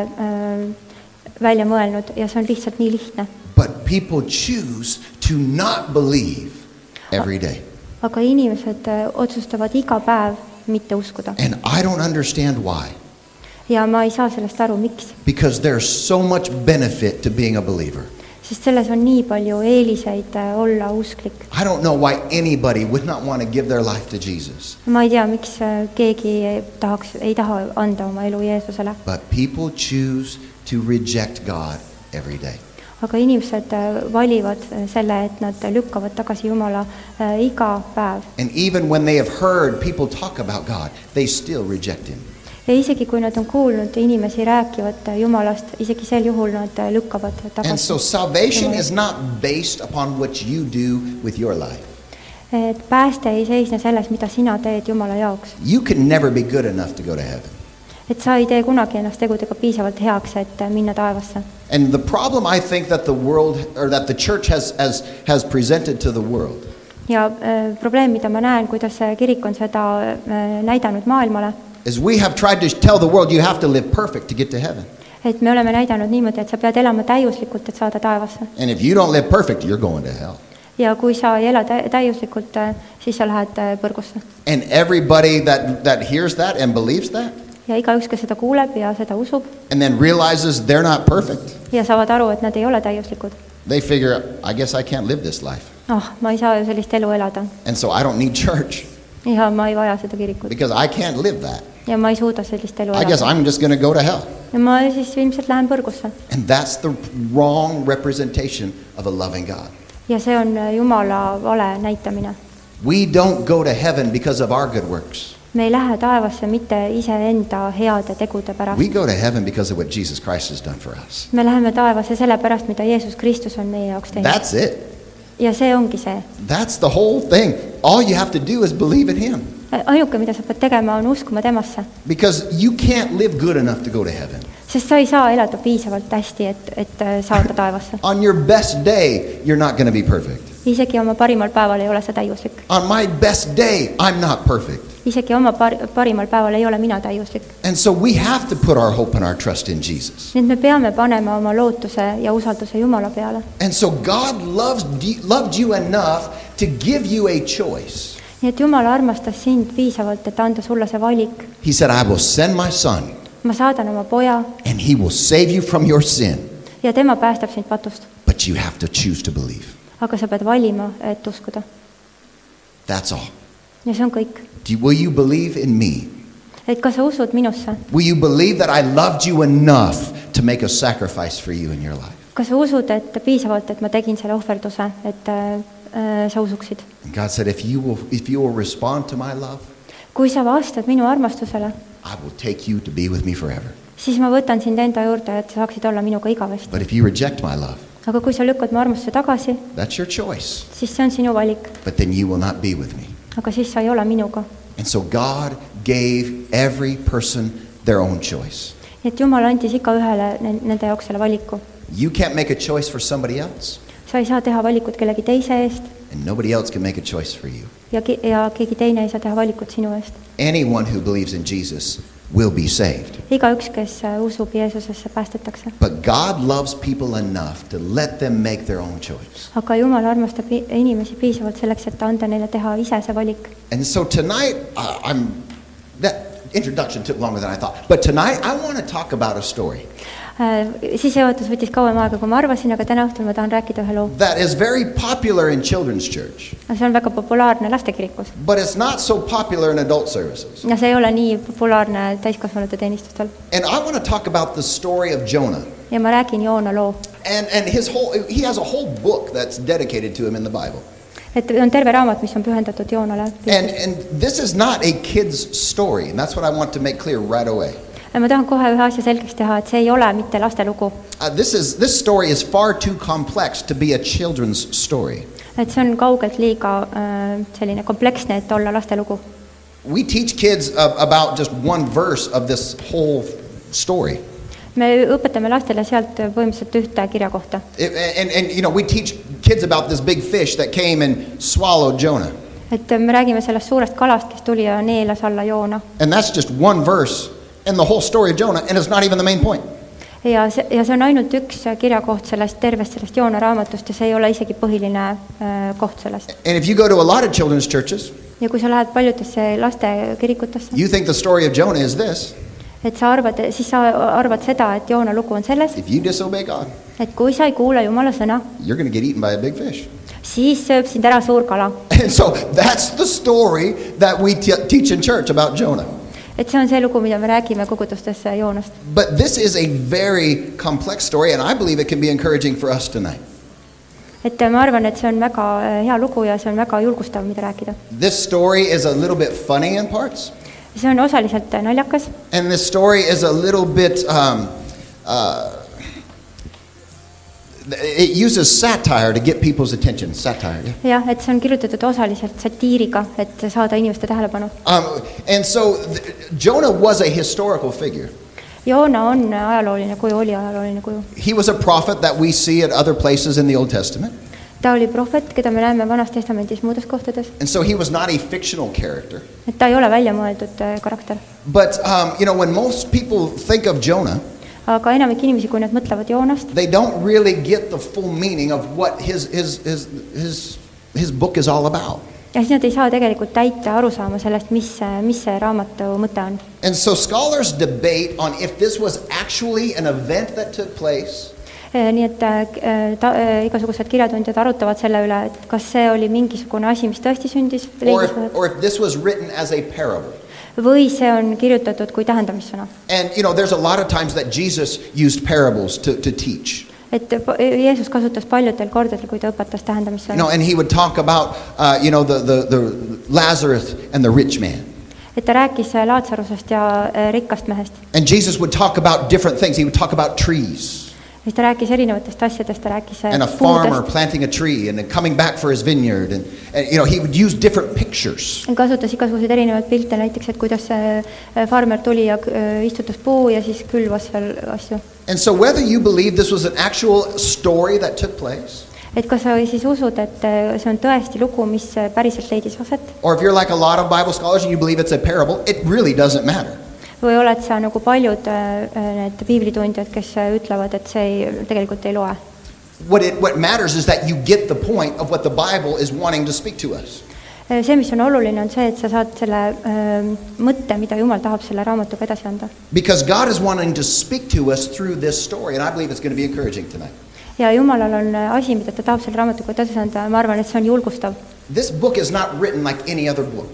S2: äh, välja mõelnud ja see on lihtsalt nii lihtne .
S1: But people choose to not believe every day.
S2: aga inimesed äh, otsustavad iga päev mitte uskuda
S1: And I don't understand why.
S2: ja ma ei saa sellest aru , miks ,
S1: Because there's so much benefit to being a believer.
S2: sest selles on nii palju eeliseid äh, olla usklik .
S1: I don't know why anybody would not want to give their life to Jesus.
S2: ma ei tea , miks äh, keegi ei tahaks , ei taha anda oma elu Jeesusele ,
S1: But people choose to reject God every day.
S2: aga inimesed äh, valivad äh, selle , et nad lükkavad tagasi Jumala äh, iga päev
S1: And even when they have heard people talk about God, they still reject Him.
S2: ja isegi , kui nad on kuulnud inimesi rääkivat äh, Jumalast , isegi sel juhul nad äh, lükkavad
S1: And
S2: tagasi
S1: so salvation is not based upon what you do with your life.
S2: et pääste ei seisne selles , mida sina teed Jumala jaoks .
S1: You can never be good enough to go to heaven.
S2: et sa ei tee kunagi ennast tegudega piisavalt heaks , et äh, minna taevasse .
S1: And the problem I think that the world or that the church has has, has presented to the world
S2: ja äh, probleem , mida ma näen , kuidas äh, kirik on seda äh, näidanud maailmale ,
S1: is we have tried to tell the world you have to live perfect to get to heaven.
S2: et me oleme näidanud niimoodi , et sa pead elama täiuslikult , et saada taevasse .
S1: And if you don't live perfect, you're going to hell.
S2: ja kui sa ei ela tä- täiuslikult , siis sa lähed äh, põrgusse .
S1: And everybody that, that hears that and believes that
S2: ja igaüks , kes seda kuuleb ja seda usub
S1: and then realizes they're not perfect,
S2: ja saavad aru , et nad ei ole täiuslikud ,
S1: they figure, I guess I can't live this life.
S2: ah , ma ei saa ju sellist elu elada
S1: And so I don't need church
S2: ja ma ei vaja seda kirikut
S1: because I can't live that.
S2: ja ma ei suuda sellist elu
S1: I guess
S2: elada .
S1: I'm just going to go to hell.
S2: ja ma siis ilmselt lähen põrgusse
S1: And that's the wrong representation of a loving God.
S2: ja see on äh, jumala vale näitamine .
S1: We don't go to heaven because of our good works.
S2: me ei lähe taevasse mitte iseenda heade tegude pärast
S1: We , go to heaven because of what Jesus Christ has done for us.
S2: me läheme taevasse selle pärast , mida Jeesus Kristus on meie jaoks teinud
S1: That's it.
S2: ja see ongi see .
S1: That's the whole thing. All you have to do is believe in Him
S2: Äh, ainuke , mida sa pead tegema , on uskuma temasse ,
S1: because you can't live good enough to go to heaven.
S2: sest sa ei saa elada piisavalt hästi , et , et äh, saada taevasse .
S1: On your best day, you're not going to be perfect.
S2: isegi oma parimal päeval ei ole sa täiuslik ,
S1: On my best day, I'm not perfect.
S2: isegi oma par- , parimal päeval ei ole mina täiuslik .
S1: And so we have to put our hope and our trust in Jesus.
S2: nii et me peame panema oma lootuse ja usalduse Jumala peale .
S1: And so God loves, loved you enough to give you a choice.
S2: nii et Jumal armastas sind piisavalt , et anda sulle see valik .
S1: He said, I will send my son,
S2: ma saadan oma poja
S1: and he will save you from your sin.
S2: ja tema päästab sind patust ,
S1: But you have to choose to believe.
S2: aga sa pead valima , et uskuda .
S1: That's all.
S2: ja see on kõik .
S1: Do, will you believe in me?
S2: et kas sa usud minusse ,
S1: Will you believe that I loved you enough to make a sacrifice for you in your life?
S2: kas sa usud , et piisavalt , et ma tegin selle ohverduse , et äh, äh, sa usuksid ?
S1: And God said, if you, will, if you will respond to my love,
S2: kui sa vastad minu armastusele ,
S1: I will take you to be with me forever.
S2: siis ma võtan sind enda juurde , et sa saaksid olla minuga igavesti .
S1: But if you reject my love,
S2: aga kui sa lükkad mu armastuse tagasi ,
S1: that's your choice.
S2: siis see on sinu valik ,
S1: But then you will not be with me.
S2: aga siis sa ei ole minuga .
S1: And so God gave every person their own choice.
S2: nii et Jumal andis igaühele ne- nende jaoks selle valiku .
S1: You can't make a choice for somebody else,
S2: sa ei saa teha valikut kellegi teise eest
S1: and nobody else can make a choice for you.
S2: ja ke- , ja keegi teine ei saa teha valikut sinu eest .
S1: Anyone who believes in Jesus will be saved.
S2: igaüks , kes äh, usub Jeesusesse , päästetakse .
S1: But God loves people enough to let them make their own choice.
S2: aga Jumal armastab i- inimesi piisavalt selleks , et anda neile teha ise see valik .
S1: And so tonight, I I'm that introduction took longer than I thought. But tonight, I want to talk about a story
S2: Äh, sissejuhatus võttis kauem aega , kui ma arvasin , aga täna õhtul ma tahan rääkida ühe loo .
S1: that is very popular in children's church,
S2: see on väga populaarne lastekirikus
S1: but it's not so popular in adult services.
S2: ja see ei ole nii populaarne täiskasvanute teenistustel
S1: And I want to talk about the story of Jonah.
S2: ja ma räägin Joona loo .
S1: And, and his whole, he has a whole book that's dedicated to him in the Bible.
S2: et on terve raamat , mis on pühendatud Joonale .
S1: And, and this is not a kid's story, and that's what I want to make clear right away.
S2: Äh, ma tahan kohe ühe asja selgeks teha , et see ei ole mitte laste lugu ,
S1: Uh, this, is, this story is far too complex to be a children's story.
S2: et see on kaugelt liiga äh, selline kompleksne , et olla laste lugu .
S1: We teach kids uh, about just one verse of this whole story.
S2: me õpetame lastele sealt põhimõtteliselt ühte kirja kohta
S1: It- and, and, you know, we teach kids about this big fish that came and swallowed Jonah.
S2: et ähm, me räägime sellest suurest kalast , kes tuli ja neelas alla joona .
S1: And that's just one verse in the whole story of Jonah, and it's not even the main point.
S2: ja see , ja see on ainult üks kirjakoht sellest tervest sellest Joona raamatust ja see ei ole isegi põhiline äh, koht sellest .
S1: And if you go to a lot of children's churches,
S2: ja kui sa lähed paljudesse lastekirikutesse ,
S1: you think the story of Jonah is this.
S2: et sa arvad , siis sa arvad seda , et Joona lugu on selles ,
S1: If you disobey God,
S2: et kui sa ei kuula Jumala sõna ,
S1: you're going to get eaten by a big fish.
S2: siis sööb sind ära suur kala .
S1: And so that's the story that we t- teach in church about Jonah.
S2: et see on see lugu , mida me räägime kogudustes äh, Joonast .
S1: But this is a very complex story, and I believe it can be encouraging for us tonight.
S2: et ma arvan , et see on väga äh, hea lugu ja see on väga julgustav , mida rääkida .
S1: This story is a little bit funny in parts,
S2: see on osaliselt äh, naljakas
S1: and this story is a little bit. Um, uh, it uses satire to get people's attention. Satire, yeah.
S2: jah , et see on kirjutatud osaliselt satiiriga , et saada inimeste tähelepanu .
S1: Um, and so th- Jonah was a historical figure.
S2: Joona on ajalooline kuju , oli ajalooline kuju .
S1: He was a prophet that we see at other places in the Old Testament.
S2: ta oli prohvet , keda me näeme Vanas Testamendis muudes kohtades ,
S1: And so he was not a fictional character.
S2: et ta ei ole välja mõeldud äh, karakter .
S1: But, um, you know, when most people think of Jonah,
S2: aga enamik inimesi , kui nad mõtlevad Joonast ,
S1: they don't really get the full meaning of what his, his, his, his, his book is all about.
S2: ja siis nad ei saa tegelikult täita arusaama sellest , mis , mis see raamatu mõte on .
S1: And so scholars debate on if this was actually an event that took place
S2: nii et äh, ta, äh, igasugused kirjatundjad arutavad selle üle , et kas see oli mingisugune asi , mis tõesti sündis ,
S1: or
S2: leidis
S1: if, or if this was written as a parable.
S2: või see on kirjutatud kui tähendamissõna
S1: And, you know, there's a lot of times that Jesus used parables to, to teach.
S2: et pa- Jeesus kasutas paljudel kordadel , kui ta õpetas
S1: You know,
S2: tähendamissõna ,
S1: and he would talk about, uh, you know, the, the, the Lazarus and the rich man.
S2: et ta rääkis Laatsarusest ja äh, rikkast mehest .
S1: And Jesus would talk about different things. He would talk about trees
S2: siis ta rääkis erinevatest asjadest , ta rääkis äh,
S1: and a farmer
S2: puudest ,
S1: planting a tree and then coming back for his vineyard. And, and you know, he would use different pictures.
S2: kasutas igasuguseid erinevaid pilte , näiteks et kuidas see äh, farmer tuli ja äh, istutas puu ja siis külvas seal asju .
S1: And so, whether you believe this was an actual story that took place,
S2: et kas sa siis usud , et äh, see on tõesti lugu , mis äh, päriselt leidis aset
S1: or if you're like a lot of Bible scholars and you believe it's a parable, it really doesn't matter.
S2: või oled sa nagu paljud äh, äh, need piiblitundjad , kes äh, ütlevad , et see ei, tegelikult ei loe
S1: What, it, what matters is that you get the point of what the Bible is wanting to speak to us.
S2: Äh, see , mis on oluline , on see , et sa saad selle öö, mõtte , mida Jumal tahab selle raamatuga edasi anda .
S1: Because God is wanting to speak to us through this story, and I believe it's going to be encouraging tonight.
S2: ja Jumalal on öö, asi , mida ta tahab selle raamatuga edasi anda ja ma arvan , et see on julgustav .
S1: This book is not written like any other book.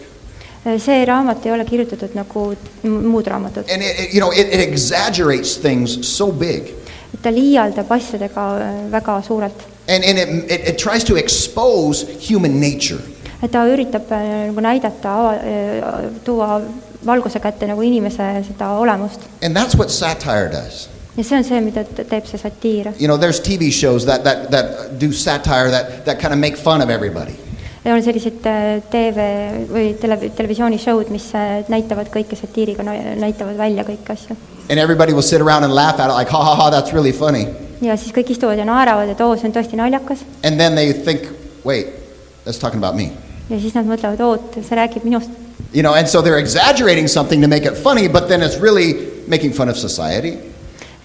S2: Äh, see raamat ei ole kirjutatud nagu m- muud raamatud ,
S1: And it, it- you know, it, it exaggerates things so big.
S2: ta liialdab asjadega öö, väga suurelt .
S1: And, and it, it, it tries to expose human nature.
S2: et ta üritab öö, nagu näidata , tuua valguse kätte nagu inimese seda olemust
S1: And that's what satire does.
S2: ja see on see , mida t- teeb see satiir .
S1: You know, there's TV shows that, that, that do satire that, that kind of make fun of everybody.
S2: on sellised öö, TV või tele- , televisioonishow'd , mis öö, näitavad kõike satiiriga , näitavad välja kõiki asju
S1: And everybody will sit around and laugh at it, like, ha ha ha, that's really funny.
S2: ja siis kõik istuvad ja naeravad , et oo , see on tõesti naljakas
S1: And then they think, wait, that's talking about me.
S2: ja siis nad mõtlevad , oot , see räägib minust .
S1: You know, and so they're exaggerating something to make it funny, but then it's really making fun of society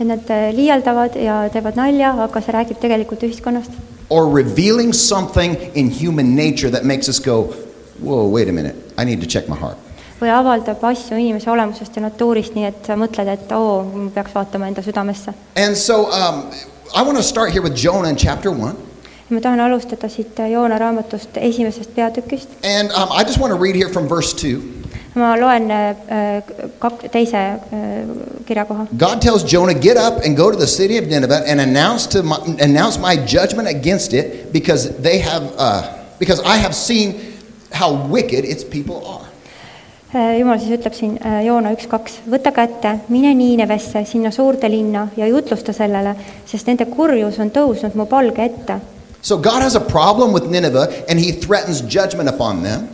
S2: et nad eh, liialdavad ja teevad nalja , aga see räägib tegelikult ühiskonnast
S1: or revealing something in human nature that makes us go, whoa, wait a minute, I need to check my heart.
S2: või avaldab asju inimese olemusest ja natuurist , nii et sa mõtled , et oo , ma peaks vaatama enda südamesse .
S1: And so um, I want to start here with Jonah in chapter 1.
S2: ja ma tahan alustada siit äh, Joona raamatust esimesest peatükist .
S1: And um, I just want to read here from verse 2.
S2: ma loen eh, kak- , teise eh, kirjakoha .
S1: God tells Jonah, Get up and go to the city of Nineveh and announce, to my, announce my judgment against it because, they have, uh, because I have seen how wicked its people are.
S2: jumal siis ütleb siin äh, Joona üks , kaks , võta kätte , mine Niinevesse , sinna suurde linna ja jutlusta sellele , sest nende kurjus on tõusnud mu palge ette .
S1: So God has a problem with Nineveh and he threatens judgment upon them.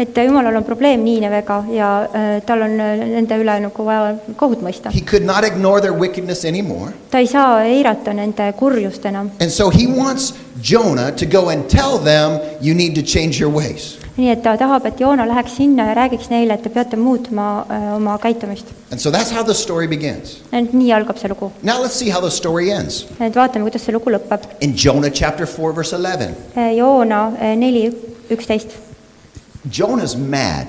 S2: et äh, Jumalal on probleem Niinevega ja äh, tal on äh, nende üle nagu vaja kohut mõista
S1: He could not ignore their wickedness anymore.
S2: ta ei saa eirata nende kurjust enam .
S1: And so he wants Jonah to go and tell them, you need to change your ways.
S2: nii et ta tahab , et Joona läheks sinna ja räägiks neile , et te peate muutma äh, oma käitumist .
S1: And so that's how the story begins.
S2: et nii algab see lugu .
S1: Now let's see how the story ends.
S2: et vaatame , kuidas see lugu lõpeb .
S1: In Jonah chapter 4, verse 11,
S2: Joona äh, neli , üksteist .
S1: Jonah's mad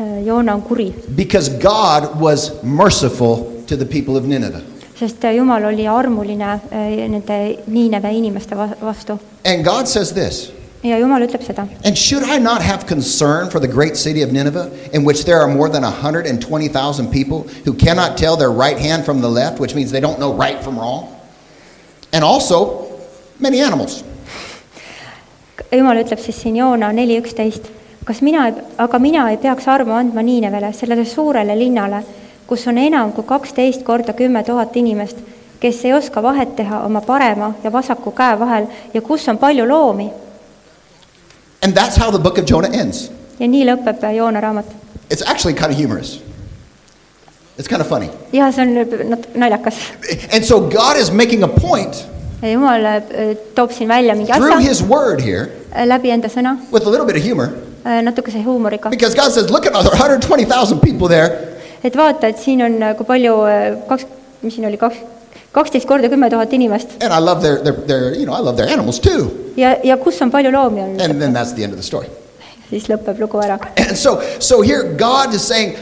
S2: Äh, Joona on kuri ,
S1: because God was merciful to the people of Nineveh.
S2: sest äh, Jumal oli armuline äh, nende Niineve inimeste va- vastu .
S1: And God says this
S2: ja Jumal ütleb seda .
S1: And should I not have concern for the great city of Nineveh, in which there are more than 120,000 people who cannot tell their right hand from the left, which means they don't know right from wrong, and also many animals?
S2: Jumal ütleb siis siin Joona neli , üksteist . kas mina , aga mina ei peaks armu andma Niinevele , sellele suurele linnale , kus on enam kui kaksteist korda kümme tuhat inimest , kes ei oska vahet teha oma parema ja vasaku käe vahel ja kus on palju loomi .
S1: And that's how the book of Jonah ends.
S2: ja nii lõpeb äh, Joona raamat .
S1: It's actually kind of humorous, it's kind of funny.
S2: ja see on nat- naljakas .
S1: And so God is making a point
S2: Jumal äh, toob siin välja mingi
S1: through
S2: asja
S1: his word here
S2: äh, läbi enda sõna ,
S1: with a little bit of humor
S2: natukese huumoriga .
S1: because God says, Look at all the 120,000 people there.
S2: et vaata , et siin on äh, kui palju , kaks , mis siin oli , kaks , kaksteist korda kümme tuhat inimest
S1: And I love their, their, their, you know, I love their animals too.
S2: ja , ja kus on palju loomi
S1: And
S2: on ,
S1: then that's the end of the story.
S2: siis lõpeb lugu ära .
S1: And so, so here God is saying,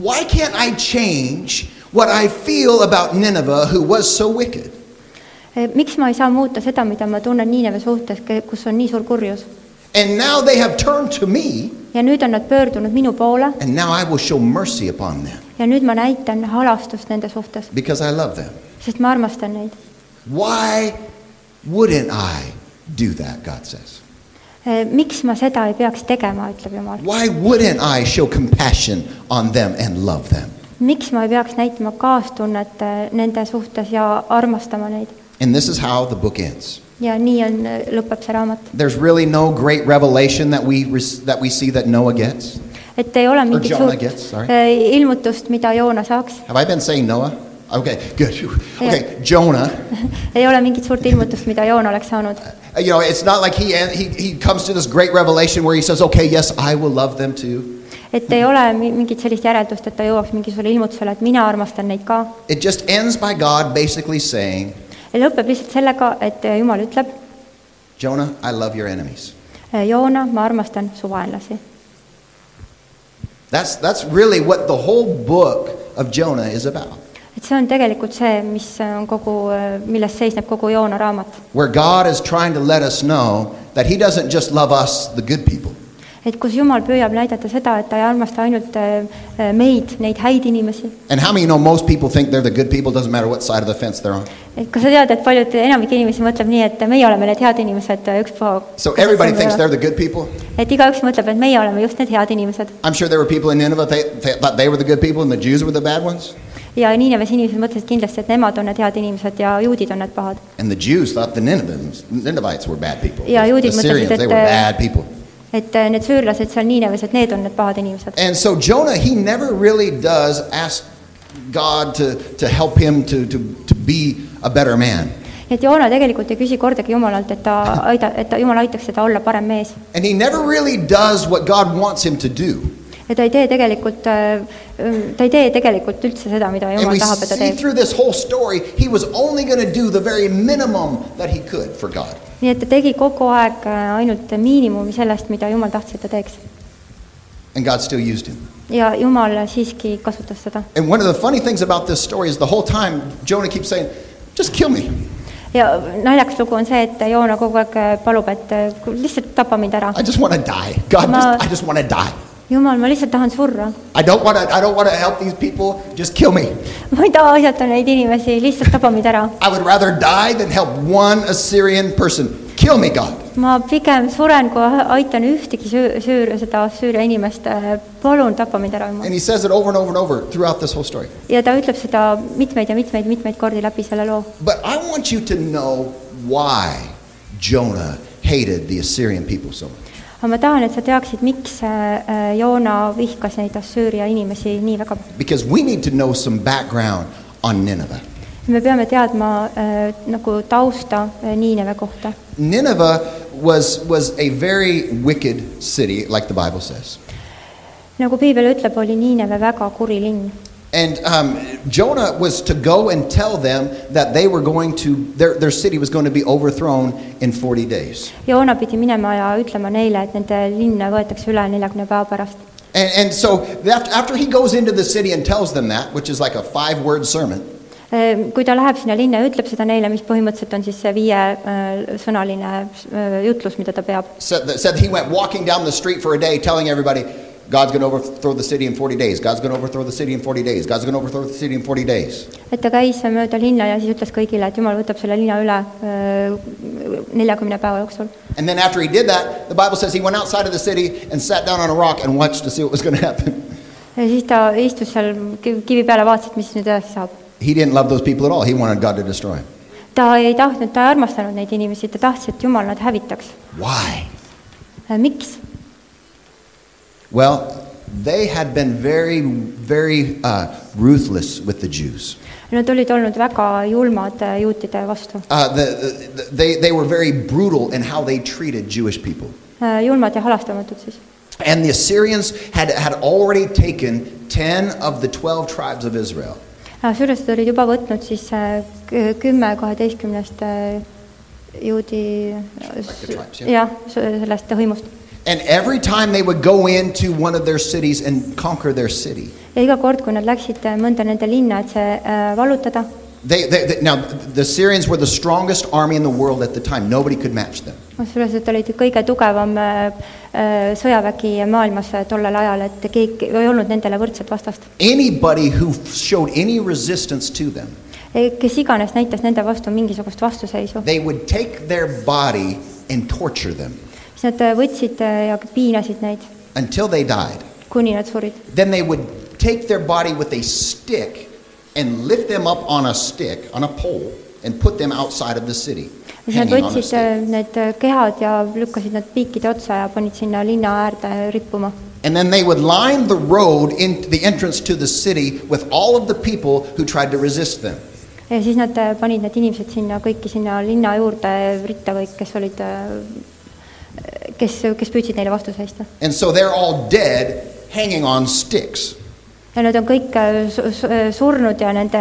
S1: why can't I change what I feel about Nineveh, who was so wicked?
S2: Äh, miks ma ei saa muuta seda , mida ma tunnen Niineve suhtes , kus on nii suur kurjus ?
S1: And now they have turned to me,
S2: ja nüüd on nad pöördunud minu poole
S1: and now I will show mercy upon them
S2: ja nüüd ma näitan halastust nende suhtes ,
S1: because I love them.
S2: sest ma armastan neid .
S1: Why wouldn't I do that? God says.
S2: Äh, miks ma seda ei peaks tegema , ütleb Jumal .
S1: Why wouldn't I show compassion on them and love them?
S2: miks ma ei peaks näitama kaastunnet eh, nende suhtes ja armastama neid ?
S1: And this is how the book ends.
S2: ja nii on , lõpeb see raamat .
S1: There's really no great revelation that we, rec- that we see that Noah gets.
S2: et ei ole mingit
S1: Jonah
S2: suurt
S1: gets, sorry.
S2: eh, ilmutust , mida Joona saaks ,
S1: Have I been saying Noah? Okay, good. Okay, Jonah.
S2: ei ole mingit suurt ilmutust , mida Joona oleks saanud
S1: You know, it's not like he, he, he comes to this great revelation where he says, okay, yes, I will love them too.
S2: et ei ole mi- mingit sellist järeldust , et ta jõuaks mingisugusele ilmutusele , et mina armastan neid ka .
S1: It just ends by God basically saying,
S2: lõpeb lihtsalt sellega , et äh, Jumal ütleb ,
S1: Jonah, I love your enemies.
S2: Joona , ma armastan su vaenlasi .
S1: That's, that's really what the whole book of Jonah is about,
S2: et see on tegelikult see , mis on kogu , milles seisneb kogu Joona raamat .
S1: where God is trying to let us know that he doesn't just love us, the good people,
S2: et kus Jumal püüab näidata seda , et ta ei armasta ainult äh, äh, meid , neid häid inimesi .
S1: And how many know most people think they're the good people? Doesn't matter what side of the fence they're on.
S2: et kas sa tead , et paljud , enamik inimesi mõtleb nii , et meie oleme need head inimesed , ükspuha .
S1: So everybody thinks they're the good people.
S2: et igaüks mõtleb , et meie oleme just need head inimesed
S1: I'm sure there were people in Nineveh they, they thought they were the good people and the Jews were the bad ones,
S2: ja Niineves inimesed mõtlesid kindlasti , et nemad on need head inimesed ja juudid on need pahad .
S1: and the Jews thought the Ninevites, Ninevites were bad people.
S2: Yeah,
S1: the,
S2: Juudid
S1: the
S2: mõtlesid,
S1: Syrians they
S2: et-
S1: were bad people.
S2: et äh, need süürlased seal Niineves , et need on need pahad inimesed .
S1: And so Jonah he never really does ask God to, to help him to, to, to be a better man.
S2: nii et Joona tegelikult ei küsi kordagi Jumalalt , et ta aida- , et ta , Jumal aitaks teda olla parem mees .
S1: And he never really does what God wants him to do.
S2: ja ta ei tee tegelikult , ta ei tee tegelikult üldse seda , mida
S1: And we
S2: Jumal tahab , et ta
S1: see
S2: teeb .
S1: through this whole story, he was only going to do the very minimum that he could for God.
S2: nii et ta tegi kogu aeg äh, ainult miinimumi sellest , mida Jumal tahtis , et ta teeks .
S1: And God still used him.
S2: ja Jumal siiski kasutas seda .
S1: And one of the funny things about this story is the whole time Jonah keeps saying, just kill me.
S2: ja naljakas lugu on see , et Joona kogu aeg äh, palub , et äh, ku- lihtsalt tapa mind ära
S1: I . just want to die. God,
S2: Ma-
S1: just, I just want to die.
S2: Jumal , ma lihtsalt tahan surra
S1: I don't want to. I don't want to help these people. Just kill me.
S2: ma ei taha aidata neid inimesi , lihtsalt taba mind ära .
S1: I would rather die than help one Assyrian person. Kill me, God.
S2: ma pigem suren , kui aitan ühtegi süür , süür , seda Süüria inimest . palun tapa mind ära ,
S1: And
S2: jumal .
S1: he says it over and over and over throughout this whole story.
S2: ja ta ütleb seda mitmeid ja mitmeid , mitmeid kordi läbi selle loo .
S1: But I want you to know why Jonah hated the Assyrian people so much.
S2: aga ma tahan , et sa teaksid , miks äh, Joona vihkas neid Assüüria inimesi nii väga .
S1: Because we need to know some background on Nineveh.
S2: me peame teadma äh, nagu tausta äh, Niineve kohta .
S1: Nineveh was, was a very wicked city, like the Bible says.
S2: nagu piibel ütleb , oli Niineve väga kuri linn
S1: And um, Jonah was to go and tell them that they were going to, their, their city was going to be overthrown in 40 days.
S2: Joona pidi minema ja ütlema neile , et nende linna võetakse üle neljakümne päeva pärast .
S1: And, and so after, after he goes into the city and tells them that, which is like a five word sermon,
S2: Ehm, kui ta läheb sinna linna ja ütleb seda neile , mis põhimõtteliselt on siis see viiesõnaline äh, jutlus , mida ta peab ,
S1: said that, said he went walking down the street for a day telling everybody, God's going to overthrow the city in 40 days. God's going to overthrow the city in 40 days. God's going to overthrow the city in 40 days.
S2: et ta käis mööda linna ja siis ütles kõigile , et jumal võtab selle linna üle äh, neljakümne päeva jooksul .
S1: And then after he did that, the Bible says he went outside of the city and sat down on a rock and watched to see what was going to happen.
S2: ja siis ta istus seal ki- kivi peal ja vaatas , et mis nüüd edasi saab .
S1: He didn't love those people at all. He wanted God to destroy them.
S2: ta ei tahtnud , ta ei armastanud neid inimesi , ta tahtis , et jumal nad hävitaks .
S1: Why?
S2: miks ?
S1: Well, they had been very, very uh, ruthless with the Jews.
S2: Nad olid olnud väga julmad äh, juutide vastu
S1: Uh, the, the, they, they were very brutal in how they treated Jewish people.
S2: Äh, julmad ja halastamatud siis .
S1: And the Assyrians had, had already taken 10 of the 12 tribes of Israel.
S2: sürestid olid juba võtnud siis äh, kü- kümme kaheteistkümnest äh, juudi
S1: Like the tribes, jah.
S2: jah , sellest hõimust .
S1: And every time they would go into one of their cities and conquer their city,
S2: ja iga kord , kui nad läksid äh, mõnda nende linna , et see äh, vallutada ,
S1: They, they, they, now, the Syrians were the strongest army in the world at the time. Nobody could match them.
S2: sürestid olid kõige tugevam äh, äh, sõjavägi maailmas äh, tollel ajal , et keegi ei olnud nendele võrdset vastast .
S1: Anybody who showed any resistance to them,
S2: kes iganes näitas nende vastu mingisugust vastuseisu ,
S1: they would take their body and torture them
S2: siis nad äh, võtsid äh, ja piinasid neid ,
S1: until they died.
S2: kuni nad surid .
S1: Then they would take their body with a stick and lift them up on a stick, on a pole, and put them outside of the city.
S2: siis nad
S1: hanging on a
S2: võtsid
S1: stick.
S2: äh, need äh, kehad ja lükkasid nad piikide otsa ja panid sinna linna äärde rippuma .
S1: And then they would line the road in the entrance to the city with all of the people who tried to resist them.
S2: ja siis nad äh, panid need inimesed sinna , kõiki sinna linna juurde ritta kõik , kes olid , kes , kes püüdsid neile vastu seista .
S1: And so they're all dead, hanging on sticks.
S2: ja nad on kõik äh, su- su- äh, surnud ja nende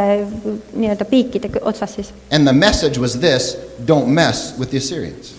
S2: nii-öelda piikide kõ- otsas siis .
S1: And the message was this don't mess with the Assyrians.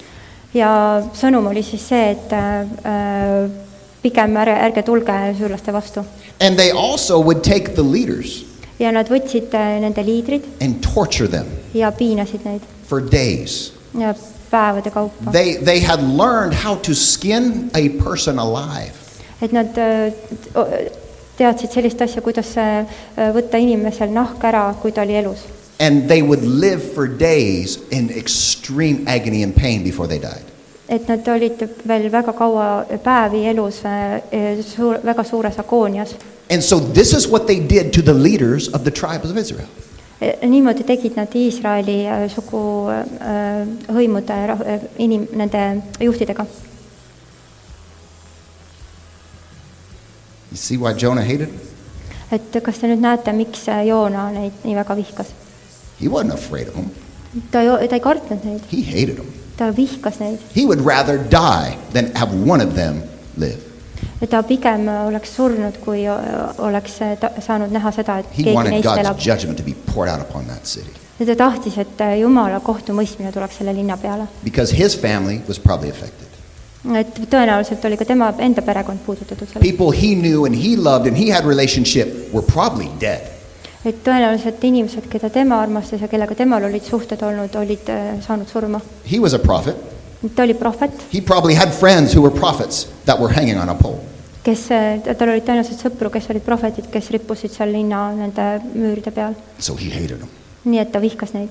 S2: ja sõnum oli siis see , et äh, äh, pigem ärge , ärge tulge süürlaste vastu .
S1: And they also would take the leaders
S2: ja nad võtsid äh, nende liidrid
S1: and torture them
S2: ja piinasid neid
S1: for days.
S2: ja päevade kaupa .
S1: They, they had learned how to skin a person alive.
S2: et nad öö, t- o- teadsid sellist asja , kuidas öö, võtta inimesel nahk ära , kui ta oli elus .
S1: And they would live for days in extreme agony and pain before they died.
S2: et nad olid veel väga kaua päevi elus öö, öö, suur , väga suures agoonias .
S1: And so this is what they did to the leaders of the tribes of Israel.
S2: E, niimoodi tegid nad Iisraeli öö, sugu öö, hõimude rah- öö, inim- , nende juhtidega .
S1: You see why Jonah hated? him?
S2: et kas te nüüd näete , miks Joona neid nii väga vihkas ?
S1: He wasn't afraid of them.
S2: ta ei , ta ei kartnud neid ,
S1: He hated them.
S2: ta vihkas neid .
S1: He would rather die than have one of them live.
S2: ta pigem oleks surnud , kui öö, oleks äh, ta- saanud näha seda , et
S1: He
S2: keegi
S1: wanted
S2: neist
S1: God's
S2: elab
S1: judgment to be poured out upon that city
S2: ja ta tahtis , et äh, Jumala kohtumõistmine tuleks selle linna peale .
S1: because his family was probably affected.
S2: et tõenäoliselt oli ka tema enda perekond puudutatud sellest .
S1: People he knew and he loved and he had relationship were probably dead.
S2: et tõenäoliselt inimesed , keda tema armastas ja kellega temal olid suhted olnud , olid äh, saanud surma .
S1: He was a prophet.
S2: ta oli prohvet ,
S1: He probably had friends who were prophets that were hanging on a pole.
S2: kes , tal olid tõenäoliselt sõpru , kes olid prohvetid , kes rippusid seal linna nende müüride peal .
S1: So he hated them.
S2: nii et ta vihkas neid .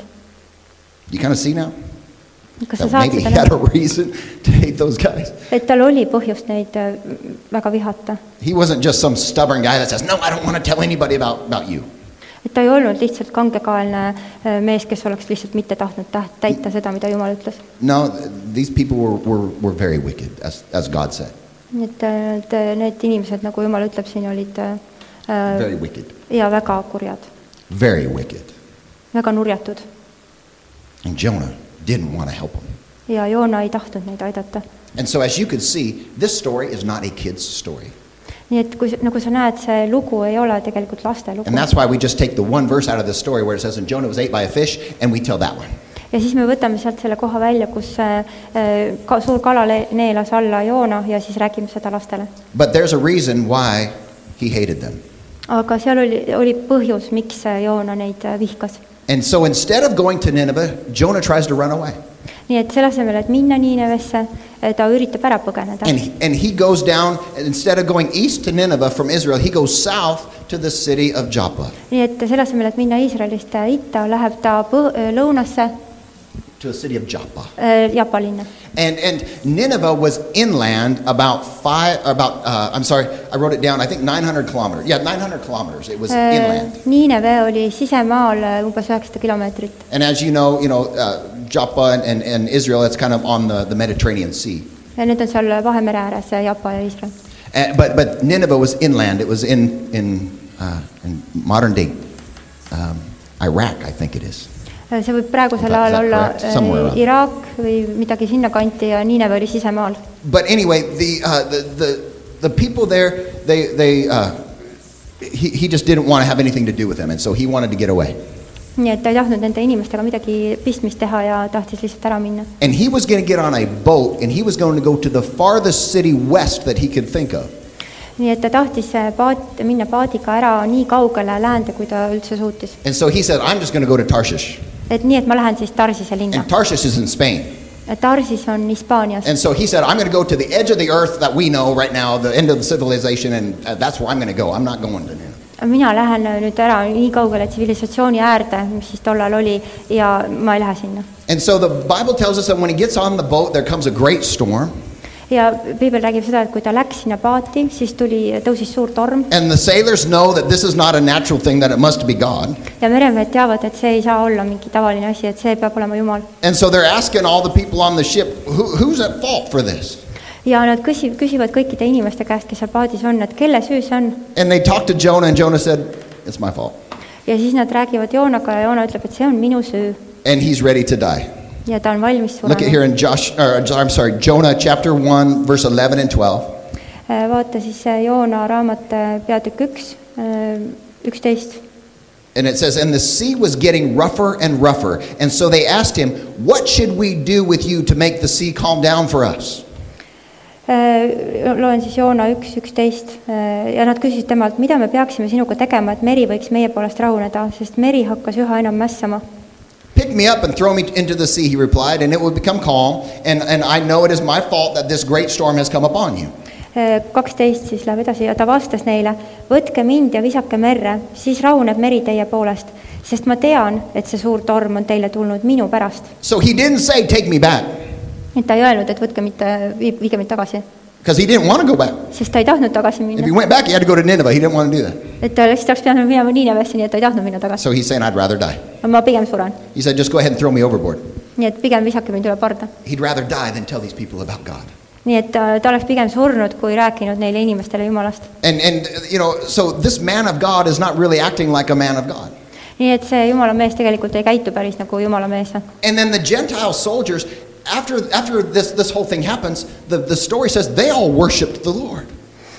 S1: You kind of see now
S2: kas sa
S1: that
S2: saad
S1: maybe he
S2: seda
S1: had a
S2: näha ?
S1: reason to hate those guys.
S2: et tal oli põhjust neid äh, väga vihata .
S1: He wasn't just some stubborn guy that says, "No, I don't want to tell anybody about, about you."
S2: et ta ei olnud lihtsalt kangekaelne äh, mees , kes oleks lihtsalt mitte tahtnud täht- , täita seda , mida Jumal ütles .
S1: No, these people were, were, were very wicked, as, as God said.
S2: nii et äh, need, need inimesed , nagu Jumal ütleb siin , olid äh,
S1: Very wicked.
S2: ja väga kurjad ,
S1: Very wicked.
S2: väga nurjatud
S1: And Jonah didn't want to help them.
S2: ja Joona ei tahtnud neid aidata .
S1: And so, as you can see, this story is not a kid's story.
S2: nii et kui , nagu sa näed , see lugu ei ole tegelikult laste lugu
S1: And that's why we just take the one verse out of this story where it says, And Jonah was ate by a fish, and we tell that one.
S2: ja siis me võtame sealt selle koha välja , kus äh, äh, ka suur kala le- neelas alla joona ja siis räägime seda lastele .
S1: But there's a reason why he hated them.
S2: aga seal oli , oli põhjus , miks äh, joona neid äh, vihkas .
S1: And so, instead of going to Nineveh, Jonah tries to run away.
S2: nii et selle asemel , et minna Niinevesse , ta üritab ära põgeneda
S1: And he, and he goes down, and instead of going east to Nineveh from Israel, he goes south to the city of Joppa,
S2: nii et selle asemel , et minna Iisraelist äh, itta , läheb ta põ- äh, lõunasse
S1: to the city of Joppa.
S2: äh, Japa linna .
S1: And, and Nineveh was inland about five, about, uh, I'm sorry, I wrote it down, I think 900 kilometers. Yeah, 900 kilometers. It was inland.
S2: Äh, Niineve oli sisemaal äh, umbes üheksasada kilomeetrit
S1: And as you know, you know, uh, Joppa and, and, and Israel, it's kind of on the, the Mediterranean Sea.
S2: ja need on seal äh, Vahemere ääres , Japa ja Iisrael .
S1: Uh, but, but Nineveh was inland. It was in, in, uh, in modern day um, Iraq, I think it is.
S2: Äh, see võib praegusel
S1: That-
S2: ajal
S1: that
S2: olla
S1: correct? Somewhere
S2: äh,
S1: around.
S2: Iraak või midagi sinnakanti ja Niineve oli sisemaal .
S1: But anyway, the, uh, the, the, the people there, they, they, uh, he, he just didn't want to have anything to do with them, and so he wanted to get away.
S2: nii et ta ei tahtnud nende inimestega midagi pistmist teha ja tahtis lihtsalt ära minna .
S1: And he was going to get on a boat, and he was going to go to the farthest city west that he could think of.
S2: nii et ta tahtis äh, paat , minna paadiga ära nii kaugele läände , kui ta üldse suutis .
S1: And so he said, I'm just going to go to Tarshish.
S2: et nii , et ma lähen siis Tarsise linna
S1: And . Tarshish is in Spain.
S2: Tarsis on Hispaanias
S1: And so he said, I'm going to go to the edge of the earth that we know right now, the end of the civilization, and uh, that's where I'm going to go. I'm not going to Nineveh.
S2: mina lähen äh, nüüd ära nii kaugele tsivilisatsiooni äärde , mis siis tollal oli ja ma ei lähe sinna .
S1: And so the Bible tells us that when he gets on the boat, there comes a great storm,
S2: ja piibel räägib seda , et kui ta läks sinna paati , siis tuli , tõusis suur torm
S1: and the sailors know that this is not a natural thing, that it must be God.
S2: ja meremehed teavad , et see ei saa olla mingi tavaline asi , et see peab olema Jumal .
S1: And so they're asking all the people on the ship, Who, who's at fault for this?
S2: ja nad küsi- , küsivad kõikide inimeste käest , kes seal paadis on , et kelle süü see on
S1: And they talk to Jonah, and Jonah said, It's my fault.
S2: ja siis nad räägivad Joonaga ja Joona ütleb , et see on minu süü
S1: And he's ready to die.
S2: ja ta on valmis
S1: Look at here
S2: surema .
S1: in Josh, or, I'm sorry, Jonah chapter 1, verse 11 and 12.
S2: Äh, vaata siis see Joona raamat eh, peatükk üks , üksteist
S1: And it says, And the sea was getting rougher and rougher. And so they asked him, What should we do with you to make the sea calm down for us?
S2: loen siis Joona üks , üksteist ja nad küsisid temalt , mida me peaksime sinuga tegema , et meri võiks meie poolest rahuneda , sest meri hakkas üha enam mässama .
S1: Pick me up and throw me into the sea, he replied, and it will become calm. And, and I know it is my fault that this great storm has come upon you.
S2: kaksteist siis läheb edasi ja ta vastas neile , võtke mind ja visake merre , siis rahuneb meri teie poolest , sest ma tean , et see suur torm on teile tulnud minu pärast .
S1: So he didn't say, Take me back,
S2: et ta ei öelnud , et võtke mind , viige mind tagasi ,
S1: because he didn't want to go back.
S2: sest ta ei tahtnud tagasi
S1: If he
S2: minna .
S1: went back, he had to go to Nineveh. He didn't want to do that.
S2: et ta oleks , ta oleks pidanud minema Niinevesse , nii et ta ei tahtnud minna tagasi .
S1: So he's saying, I'd rather die.
S2: ma pigem suren ,
S1: He said, Just go ahead and throw me overboard.
S2: nii et pigem visake mind üle parda
S1: He'd rather die than tell these people about God.
S2: nii et ta, ta oleks pigem surnud , kui rääkinud neile inimestele Jumalast .
S1: And, and uh, you know, so this man of God is not really acting like a man of God.
S2: nii et see Jumala mees tegelikult ei käitu päris nagu Jumala mees .
S1: And then the Gentile soldiers, after, after this, this whole thing happens, the, the story says they all worshiped the Lord.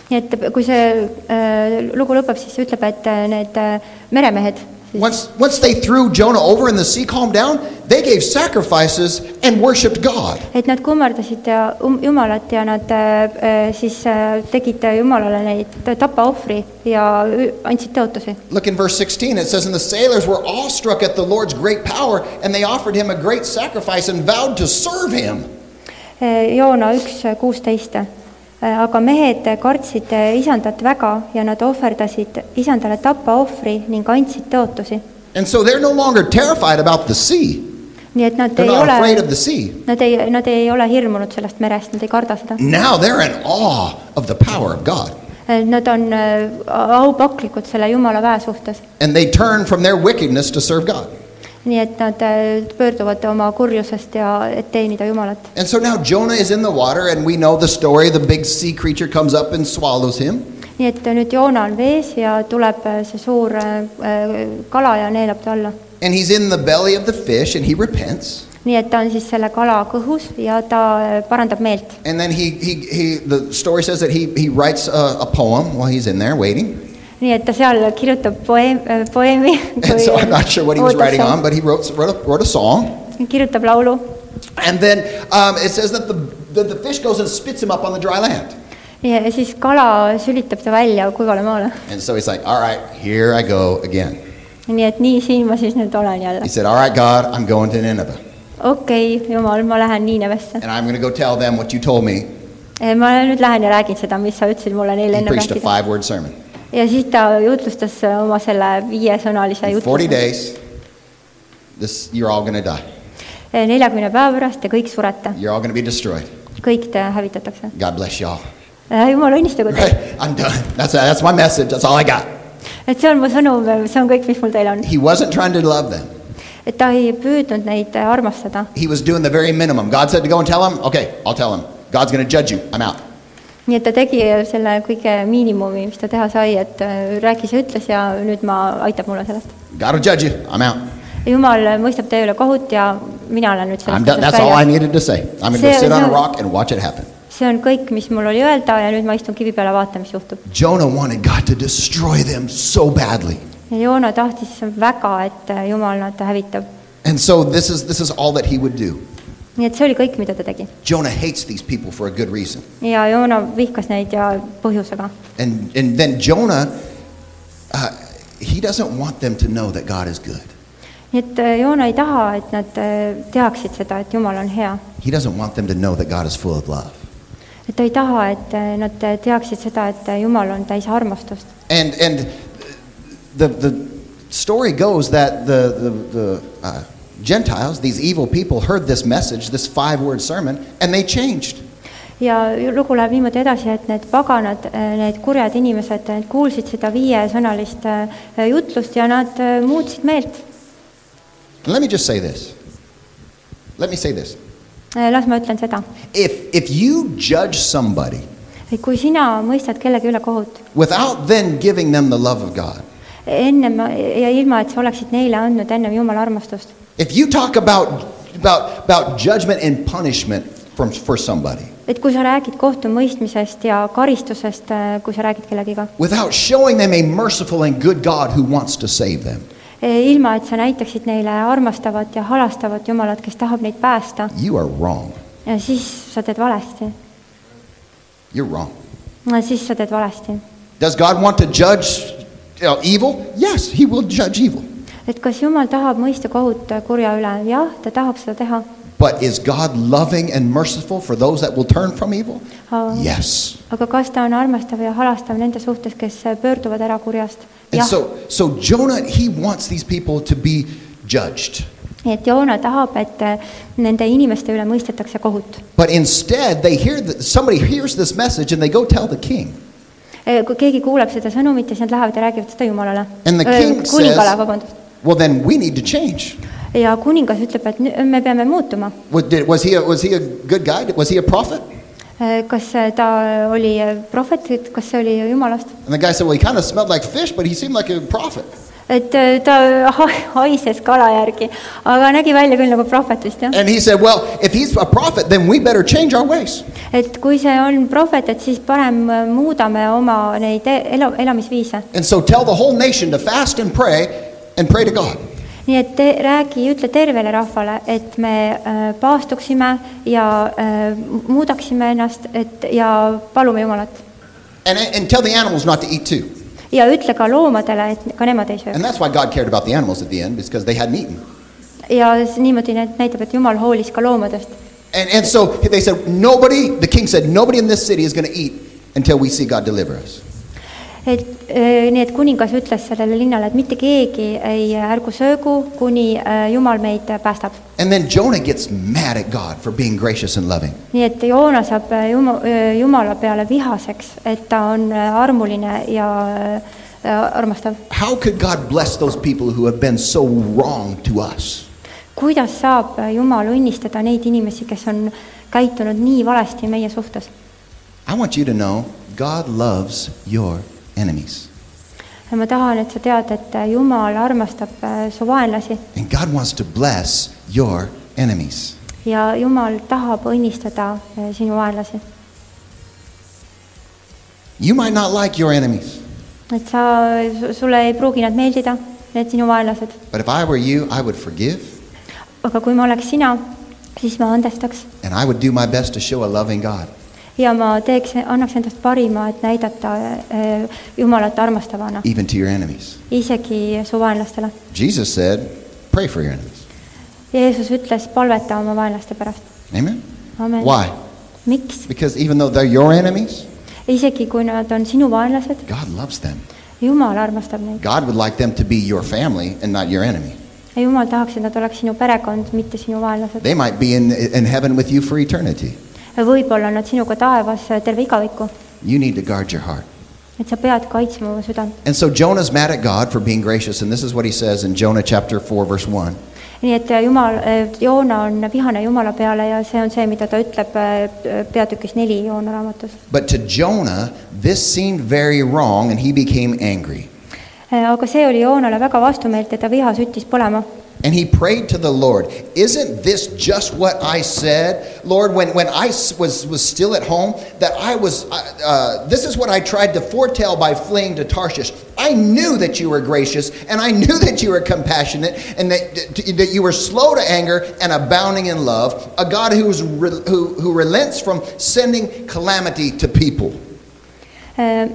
S2: nii et kui see äh, lugu lõpeb , siis ütleb , et äh, need äh, meremehed ,
S1: Once, once they threw Jonah over and the sea calmed down, they gave sacrifices and worshiped God.
S2: et nad kummardasid ja um, Jumalat ja nad äh, äh, siis äh, tegid Jumalale neid tapaohvri ja ü- andsid tõotusi .
S1: Look in verse 16. It says, And the sailors were awestruck at the Lord's great power, and they offered him a great sacrifice and vowed to serve him.
S2: Äh, Joona üks kuusteist . aga mehed kartsid äh, isandat väga ja nad ohverdasid isandale tapaohvri ning andsid tõotusi
S1: And so they're no longer terrified about the sea.
S2: nii et nad
S1: They're
S2: ei
S1: not afraid of
S2: ole
S1: the sea.
S2: Nad ei , nad ei ole hirmunud sellest merest , nad ei karda seda .
S1: Now they're in awe of the power of God.
S2: nad on äh, aupaklikud selle Jumala väe suhtes .
S1: and they turn from their wickedness to serve God.
S2: nii et nad äh, pöörduvad oma kurjusest ja et teenida Jumalat .
S1: And so now Jonah is in the water, and we know the story. The big sea creature comes up and swallows him.
S2: nii et nüüd Joona on vees ja tuleb äh, see suur äh, äh, kala ja neelab ta alla .
S1: And he's in the belly of the fish, and he repents.
S2: nii et ta on siis selle kala kõhus ja ta äh, parandab meelt .
S1: And then he, he, he the story says that he, he writes a, a poem while he's in there waiting.
S2: nii et ta seal kirjutab poeem , poeemi
S1: And so I'm not sure
S2: Oh,
S1: what he was writing on, but he wrote, wrote, a, wrote a song.
S2: kirjutab laulu
S1: And then um, it says that the, that the fish goes and spits him up on the dry land.
S2: ja ja siis kala sülitab ta välja kuivale maale .
S1: And so he's like, All right, here I go again.
S2: nii et nii siin ma siis nüüd olen jälle
S1: He said, All right, God, I'm going to Nineveh.
S2: okei okay, , jumal , ma lähen Niinevesse .
S1: And I'm going to go tell them what you told me.
S2: ma nüüd lähen ja räägin seda , mis sa ütlesid mulle neile
S1: He
S2: enne
S1: preached a
S2: rääkida .
S1: five word sermon.
S2: ja siis ta jutlustas oma selle viiesõnalise
S1: In 40
S2: jutu .
S1: days, this, you're all going to die.
S2: Eh, neljakümne päeva pärast te kõik surete ,
S1: You're all going to be destroyed.
S2: kõik te hävitatakse .
S1: God bless y'all.
S2: jumal õnnistagu teid ,
S1: Right? I'm done. That's, that's my message. That's all I got.
S2: et see on mu sõnum , see on kõik , mis mul teile on .
S1: He wasn't trying to love them.
S2: et ta ei püüdnud neid armastada ,
S1: He was doing the very minimum. God said to go and tell him. Okay, I'll tell him. God's going to judge you. I'm out.
S2: nii et ta tegi selle kõige miinimumi , mis ta teha sai , et äh, rääkis ja ütles ja nüüd ma , aitab mulle sellest .
S1: God will judge you. I'm out.
S2: jumal mõistab teie üle kohut ja mina olen nüüd
S1: I'm
S2: sellest
S1: done. That's
S2: asjast
S1: all I
S2: väljas .
S1: needed to say. I'm going to go
S2: See-
S1: sit on a
S2: see-
S1: rock and watch it happen.
S2: see on kõik , mis mul oli öelda ja nüüd ma istun kivi peal ja vaatan , mis juhtub .
S1: Jonah wanted God to destroy them so badly.
S2: ja Joona tahtis väga , et äh, jumal nad hävitab .
S1: And so this is, this is all that he would do.
S2: nii et see oli kõik , mida ta tegi .
S1: Jonah hates these people for a good reason.
S2: ja Joona vihkas neid ja põhjusega .
S1: And, and then Jonah, uh, he doesn't want them to know that God is good.
S2: nii et äh, Joona ei taha , et nad äh, teaksid seda , et jumal on hea .
S1: He doesn't want them to know that God is full of love.
S2: et ta ei taha , et äh, nad teaksid seda , et äh, jumal on täis armastust .
S1: And, and the, the story goes that the, the, the uh, Gentiles, these evil people, heard this message, this five word sermon, and they changed.
S2: ja lugu läheb niimoodi edasi , et need paganad , need kurjad inimesed äh, need kuulsid seda viiesõnalist äh, jutlust ja nad äh, muutsid meelt .
S1: And let me just say this. Let me say this.
S2: Äh, las ma ütlen seda ,
S1: If, if you judge somebody
S2: et kui sina mõistad kellegi üle kohut ,
S1: without then giving them the love of God,
S2: ennem ja ilma , et sa oleksid neile andnud ennem Jumala armastust ,
S1: If you talk about, about, about judgment and punishment from, for somebody
S2: et kui sa räägid kohtumõistmisest ja karistusest , kui sa räägid kellegiga ,
S1: without showing them a merciful and good God who wants to save them,
S2: e, ilma et sa näitaksid neile armastavat ja halastavat Jumalat , kes tahab neid päästa ,
S1: you are wrong.
S2: siis sa teed valesti ,
S1: You're wrong.
S2: siis sa teed valesti
S1: Does God want to judge you know, evil? Yes, He will judge evil.
S2: et kas Jumal tahab mõista kohut äh, kurja üle ? jah , ta tahab seda teha .
S1: But is God loving and merciful for those that will turn from evil? Yes.
S2: aga kas ta on armastav ja halastav nende suhtes , kes äh, pöörduvad ära kurjast ?
S1: And
S2: jah ,
S1: so, so Jonah, he wants these people to be judged.
S2: nii et Joona tahab , et äh, nende inimeste üle mõistetakse kohut .
S1: But instead, they hear that somebody hears this message and they go tell the king.
S2: Äh, kui keegi kuuleb seda sõnumit ja siis nad lähevad ja räägivad seda Jumalale
S1: And the . king
S2: kuningale ,
S1: says-
S2: vabandust .
S1: Well, then we need to change.
S2: ja kuningas ütleb , et nü- me peame muutuma .
S1: Was, did, was, he a, was he a good guy? Was he a prophet?
S2: Äh, kas ta oli äh, prohvet , kas see oli Jumalast ?
S1: And the guy said, Well, he kind of smelled like fish, but he seemed like a prophet.
S2: et äh, ta ha- haises kala järgi , aga nägi välja küll nagu prohvet vist jah .
S1: And he said, Well, if he's a prophet, then we better change our ways.
S2: et kui see on prohvet , et siis parem äh, muudame oma neid e- elu , elamisviise .
S1: And so tell the whole nation to fast and pray and pray to God.
S2: nii et te, räägi , ütle tervele rahvale , et me äh, paastuksime ja äh, muudaksime ennast , et ja palume Jumalat .
S1: And, and tell the animals not to eat too.
S2: ja ütle ka loomadele , et ka nemad ei söö .
S1: And that's why God cared about the animals at the end, because they hadn't eaten.
S2: ja s- niimoodi need näitab , et Jumal hoolis ka loomadest .
S1: And, and so they said, Nobody, the king said, Nobody in this city is going to eat until we see God deliver us.
S2: et eh, nii , et kuningas ütles sellele linnale , et mitte keegi ei eh, ärgu söögu , kuni eh, Jumal meid eh, päästab .
S1: And then Jonah gets mad at God for being gracious and loving.
S2: nii et Joona saab eh, Juma- , Jumala peale vihaseks , et ta on eh, armuline ja eh, armastav .
S1: How could God bless those people who have been so wrong to us?
S2: kuidas saab eh, Jumal õnnistada neid inimesi , kes on käitunud nii valesti meie suhtes ?
S1: I want you to know God loves your enemies.
S2: ma tahan , et sa tead , et eh, Jumal armastab eh, su vaenlasi
S1: And God wants to bless your enemies.
S2: ja Jumal tahab õnnistada eh, sinu vaenlasi .
S1: You might not like your enemies,
S2: et sa , sulle ei pruugi nad meeldida , need sinu vaenlased ,
S1: but if I were you, I would forgive
S2: aga kui ma oleks sina , siis ma andestaks
S1: and I would do my best to show a loving God.
S2: ja ma teeks , annaks endast parima , et näidata eh, Jumalat armastavana ,
S1: even to your enemies.
S2: isegi su vaenlastele .
S1: Jesus said, pray for your enemies.
S2: Jeesus ütles , palveta oma vaenlaste pärast .
S1: Amen?
S2: Amen.
S1: Why?
S2: miks ?
S1: Because even though they're your enemies,
S2: isegi kui nad on sinu vaenlased ,
S1: God loves them.
S2: Jumal armastab neid
S1: God would like them to be your family and not your enemy.
S2: ja Jumal tahaks , et nad oleks sinu perekond , mitte sinu vaenlased .
S1: They might be in, in heaven with you for eternity.
S2: võib-olla on nad sinuga taevas eh, terve igaviku ,
S1: You need to guard your heart.
S2: et sa pead kaitsma oma südant .
S1: And so Jonah's mad at God for being gracious, and this is what he says in Jonah chapter 4, verse 1.
S2: nii et eh, Jumal , Joona on vihane Jumala peale ja see on see , mida ta ütleb eh, peatükis neli Joona raamatus .
S1: But to Jonah, this seemed very wrong, and he became angry.
S2: Eh, aga see oli Joonale väga vastumeelt ja ta viha süttis põlema .
S1: And he prayed to the Lord, Isn't this just what I said? Lord, when, when I s- was, was still at home, that I was, uh, uh, this is what I tried to foretell by fleeing to Tarshish. I knew that you were gracious, and I knew that you were compassionate, and that, that- that you were slow to anger and abounding in love, a God who's re, who, who relents from sending calamity to people.
S2: Äh,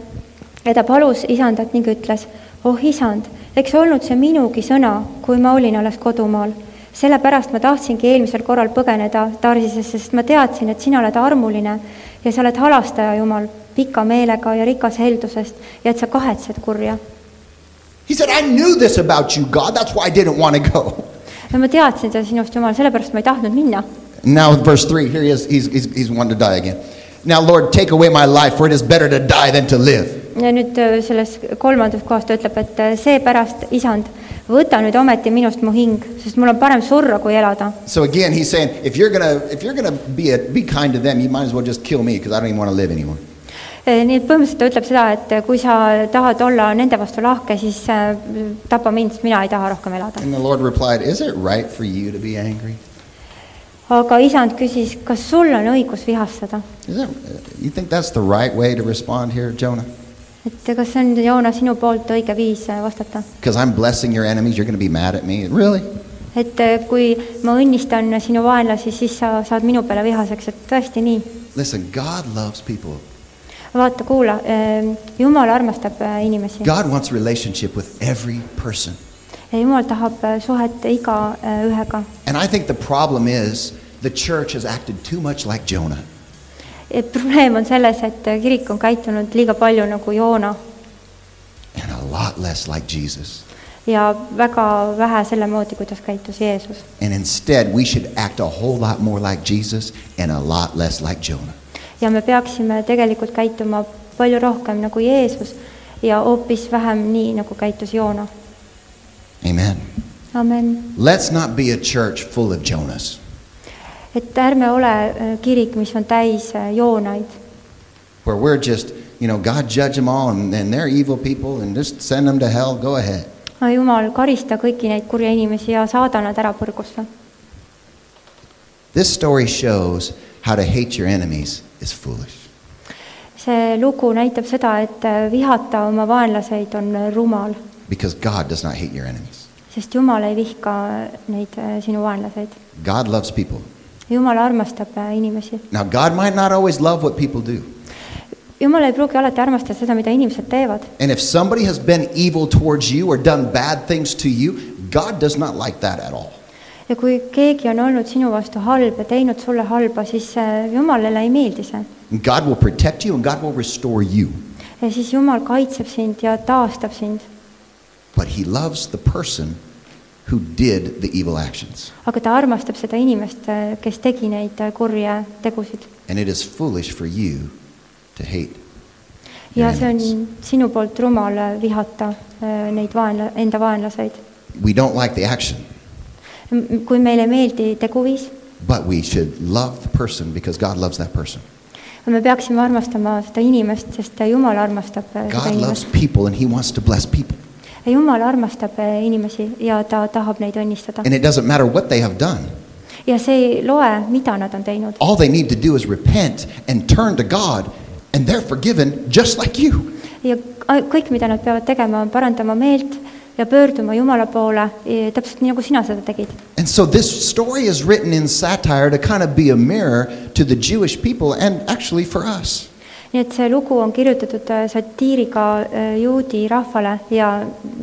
S2: ja ta palus isandat ning ütles , oh isand , eks olnud see minugi sõna , kui ma olin alles kodumaal . sellepärast ma tahtsingi eelmisel korral põgeneda Tarsisesse , sest ma teadsin , et sina oled armuline ja sa oled halastaja , Jumal , pika meelega ja rikas heldusest ja et sa kahetsed kurja
S1: He said, I knew this about you, God. That's why I didn't want to go.
S2: no ma teadsin seda sinust , Jumal , sellepärast ma ei tahtnud minna .
S1: Now, verse 3, here he is, he's, he's, he's wanting to die again. Now, Lord, take away my life, for it is better to die than to live.
S2: ja nüüd öö, selles kolmandas kohas ta ütleb , et öö, seepärast , isand , võta nüüd ometi minust mu hing , sest mul on parem surra , kui elada .
S1: So again, he's saying, if you're gonna, if you're gonna be, a, be kind to them, you might as well just kill me, because I don't even want to live anymore.
S2: Äh, nii et põhimõtteliselt ta ütleb seda , et äh, kui sa tahad olla nende vastu lahke , siis öö, tapa mind , sest mina ei taha rohkem elada .
S1: And the Lord replied, Is it right for you to be angry?
S2: aga isand küsis , kas sul on õigus vihastada ?
S1: Is that, you think that's the right way to respond here, Jonah?
S2: et äh, kas see on , Joona , sinu poolt õige viis öö, vastata ?
S1: Because I'm blessing your enemies, you're gonna be mad at me? Really?
S2: et öö, kui ma õnnistan sinu vaenlasi , siis sa saad minu peale vihaseks , et tõesti nii
S1: Listen, God loves people.
S2: vaata , kuula , Jumal armastab äh, inimesi
S1: God wants relationship with every person.
S2: ja Jumal tahab äh, suhet äh, igaühega .
S1: And I think the problem is the church has acted too much like Jonah.
S2: Äh, probleem on selles , et äh, kirik on käitunud liiga palju nagu Joona
S1: and a lot less like Jesus.
S2: ja väga vähe selle moodi , kuidas käitus Jeesus .
S1: And instead, we should act a whole lot more like Jesus and a lot less like Jonah.
S2: ja me peaksime tegelikult käituma palju rohkem nagu Jeesus ja hoopis vähem nii , nagu käitus Joona .
S1: Amen.
S2: amen .
S1: Let's not be a church full of Jonas.
S2: et ärme ole äh, kirik , mis on täis äh, Joonaid ,
S1: where we're just, you know, God judge them all and, and they're evil people and just send them to hell. Go ahead.
S2: Jumal , karista kõiki neid kurje inimesi ja saada nad ära põrgusse
S1: This story shows how to hate your enemies is foolish.
S2: see lugu näitab seda , et äh, vihata oma vaenlaseid on rumal ,
S1: Because God does not hate your enemies.
S2: sest Jumal ei vihka neid äh, sinu vaenlaseid .
S1: God loves people.
S2: Jumal armastab äh, inimesi .
S1: Now, God might not always love what people do.
S2: Jumal ei pruugi alati armastada seda , mida inimesed teevad
S1: And if somebody has been evil towards you or done bad things to you, God does not like that at all.
S2: ja kui keegi on olnud sinu vastu halb ja teinud sulle halba , siis äh, Jumalale ei meeldi see .
S1: And God will protect you and God will restore you.
S2: ja siis Jumal kaitseb sind ja taastab sind .
S1: But he loves the person who did the evil actions.
S2: aga ta armastab seda inimest , kes tegi neid äh, kurje tegusid .
S1: And it is foolish for you to hate.
S2: ja
S1: Yes.
S2: see on sinu poolt rumal äh, vihata äh, neid vaenla- , enda vaenlaseid .
S1: We don't like the action,
S2: kui meile ei meeldi teguviis ,
S1: but we should love the person because God loves that person.
S2: me peaksime armastama seda inimest , sest äh, Jumal armastab äh, seda
S1: God loves
S2: inimest .
S1: people and he wants to bless people.
S2: Jumal armastab äh, inimesi ja ta tahab neid õnnistada .
S1: And it doesn't matter what they have done.
S2: ja see ei loe , mida nad on teinud .
S1: All they need to do is repent and turn to God, and they're forgiven just like you.
S2: ja a- kõik , mida nad peavad tegema , on parandama meelt ja pöörduma Jumala poole , täpselt nii , nagu sina seda tegid .
S1: And so this story is written in satire to kind of be a mirror to the Jewish people and actually for us.
S2: nii et see lugu on kirjutatud äh, satiiriga äh, juudi rahvale ja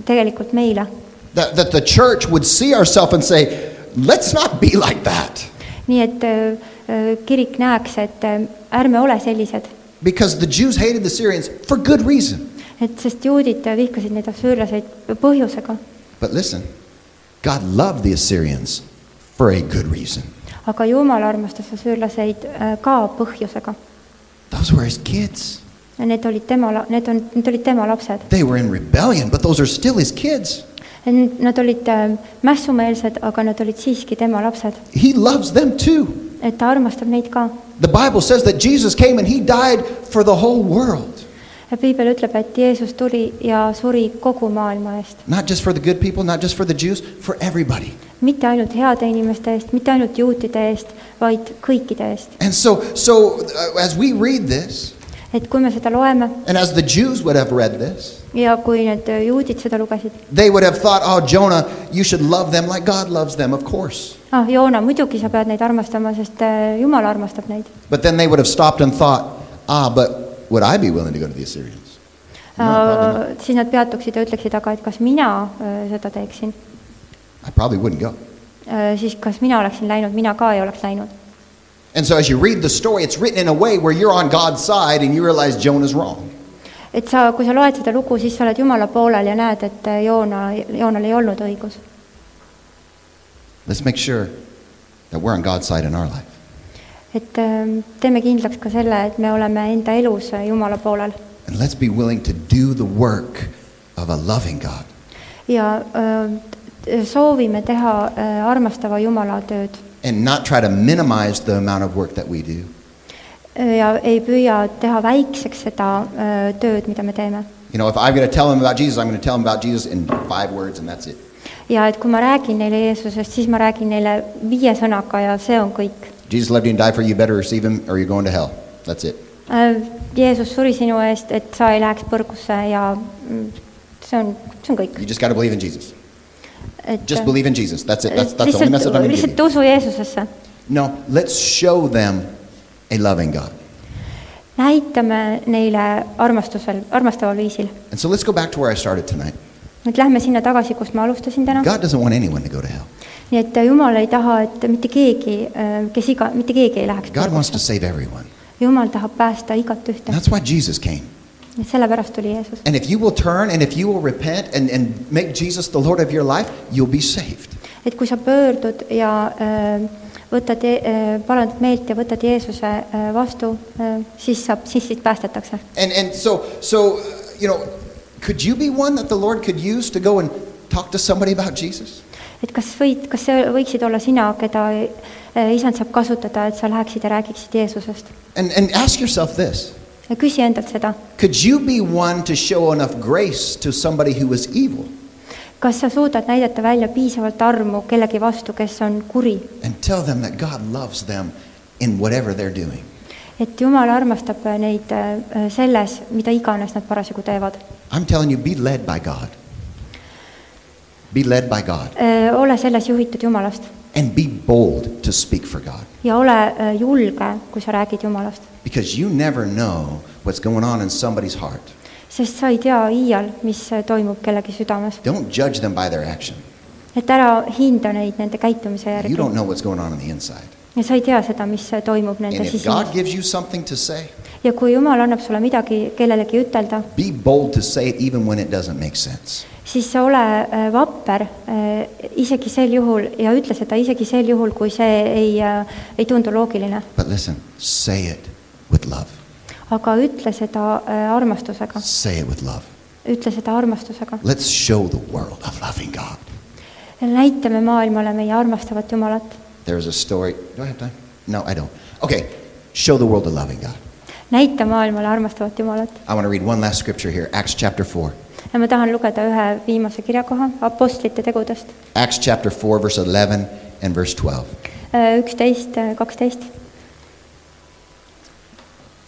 S2: tegelikult meile .
S1: That, that the church would see ourselves and say, let's not be like that.
S2: nii et äh, äh, kirik näeks , et äh, ärme ole sellised ,
S1: Because the Jews hated the Syrians for good reason.
S2: et sest juudid äh, vihkasid neid assüürlaseid põhjusega ,
S1: But listen, God loved the Assyrians for a good reason.
S2: aga Jumal armastas assüürlaseid äh, ka põhjusega .
S1: Those were his kids.
S2: Need olid tema , need on , need olid tema lapsed .
S1: They were in rebellion, but those are still his kids.
S2: Nad olid äh, mässumeelsed , aga nad olid siiski tema lapsed ,
S1: He loves them too.
S2: et ta armastab neid ka .
S1: The Bible says that Jesus came and he died for the whole world,
S2: piibel ütleb , et Jeesus tuli ja suri kogu maailma eest ,
S1: not just for the good people, not just for the Jews, for everybody.
S2: mitte ainult heade inimeste eest , mitte ainult juutide eest , vaid kõikide eest .
S1: And so, so uh, as we read this,
S2: et kui me seda loeme
S1: and as the Jews would have read this,
S2: ja kui need äh, juudid seda lugesid ,
S1: they would have thought, "Oh, Jonah, you should love them like God loves them, of course."
S2: ah Joona , muidugi sa pead neid armastama , sest äh, Jumal armastab neid .
S1: But then they would have stopped and thought, ah, but would I be willing to go to the Assyrians? No, probably not.
S2: Äh, siis nad peatuksid ja ütleksid , aga et kas mina äh, seda teeksin ,
S1: I probably wouldn't go.
S2: siis kas mina oleksin läinud , mina ka ei oleks läinud
S1: And so as you read the story, it's written in a way where you're on God's side and you realize Jonah's wrong.
S2: et sa , kui sa loed seda lugu , siis sa oled Jumala poolel ja näed , et äh, Joona , Joonal ei olnud õigus .
S1: Let's make sure that we're on God's side in our life.
S2: et ähm, teeme kindlaks ka selle , et me oleme enda elus äh, Jumala poolel
S1: And let's be willing to do the work of a loving God.
S2: ja äh, t- soovime teha äh, armastava Jumala tööd
S1: And not try to minimize the amount of work that we do,
S2: Äh, ja ei püüa teha väikseks seda äh, tööd , mida me teeme .
S1: You know, if I'm going to tell them about Jesus, I'm going to tell them about Jesus in five words, and that's it.
S2: ja et kui ma räägin neile Jeesusest , siis ma räägin neile viie sõnaga ja see on kõik .
S1: Jesus loved you and died for you. You better receive him, or you're going to hell. That's it.
S2: Äh, Jeesus suri sinu eest , et sa ei läheks põrgusse ja mm, see on , see on kõik
S1: You . just got to believe in Jesus.
S2: et äh,
S1: Just believe in Jesus. That's it. That's, that's the only message I'm going to give
S2: lihtsalt , lihtsalt
S1: you.
S2: usu Jeesusesse .
S1: No, let's show them a loving God.
S2: näitame neile armastusel , armastaval viisil .
S1: And so let's go back to where I started tonight.
S2: nüüd lähme sinna tagasi , kust ma alustasin täna .
S1: God doesn't want anyone to go to hell.
S2: nii et äh, Jumal ei taha , et mitte keegi , kes iga , mitte keegi ei läheks
S1: God wants to
S2: põrgusse .
S1: save everyone.
S2: Jumal tahab päästa igat ühte
S1: And . that's why Jesus came.
S2: sellepärast tuli Jeesus .
S1: And if you will turn and if you will repent and, and make Jesus the Lord of your life, you'll be saved.
S2: et kui sa pöördud ja äh, võtad , parandad meelt ja võtad Jeesuse äh, vastu , siis saab , siis sind päästetakse .
S1: And, and so, so, you know, could you be one that the Lord could use to go and talk to somebody about Jesus?
S2: et kas võid , kas see võiksid olla sina , keda äh, isand saab kasutada , et sa läheksid ja räägiksid Jeesusest ?
S1: And, and ask yourself this
S2: Ja küsi endalt seda ,
S1: could you be one to show enough grace to somebody who is evil?
S2: kas sa suudad näidata välja piisavalt armu kellegi vastu , kes on kuri ,
S1: and tell them that God loves them in whatever they're doing.
S2: et Jumal armastab neid äh, selles , mida iganes nad parasjagu teevad .
S1: I'm telling you, be led by God. Be led by God.
S2: Äh, ole selles juhitud Jumalast
S1: And be bold to speak for God.
S2: ja ole äh, julge , kui sa räägid Jumalast ,
S1: Because you never know what's going on in somebody's heart.
S2: sest sa ei tea iial , mis äh, toimub kellegi südames .
S1: Don't judge them by their action.
S2: et ära hinda neid nende käitumise
S1: You don't
S2: järgi
S1: know what's going on on the inside.
S2: ja sa ei tea seda , mis äh, toimub
S1: And
S2: nende
S1: if God
S2: sisimas .
S1: gives you something to say,
S2: ja kui Jumal annab sulle midagi kellelegi ütelda ,
S1: Be bold to say it even when it doesn't make sense.
S2: siis sa ole äh, vapper äh, isegi sel juhul ja ütle seda isegi sel juhul , kui see ei , ei tundu loogiline .
S1: But listen, say it with love.
S2: aga ütle seda äh, armastusega ,
S1: Say it with love.
S2: ütle seda armastusega .
S1: Let's show the world a loving God.
S2: näitame maailmale meie armastavat Jumalat ,
S1: There's a story. Do I have time? No, I don't. Okay, show the world a loving God.
S2: näita maailmale armastavat Jumalat .
S1: I want to read one last scripture here Acts chapter 4.
S2: ja ma tahan lugeda ühe viimase kirjakoha Apostlite tegudest
S1: Acts chapter 4, verse 11 and verse 12.
S2: äh, üksteist , kaksteist .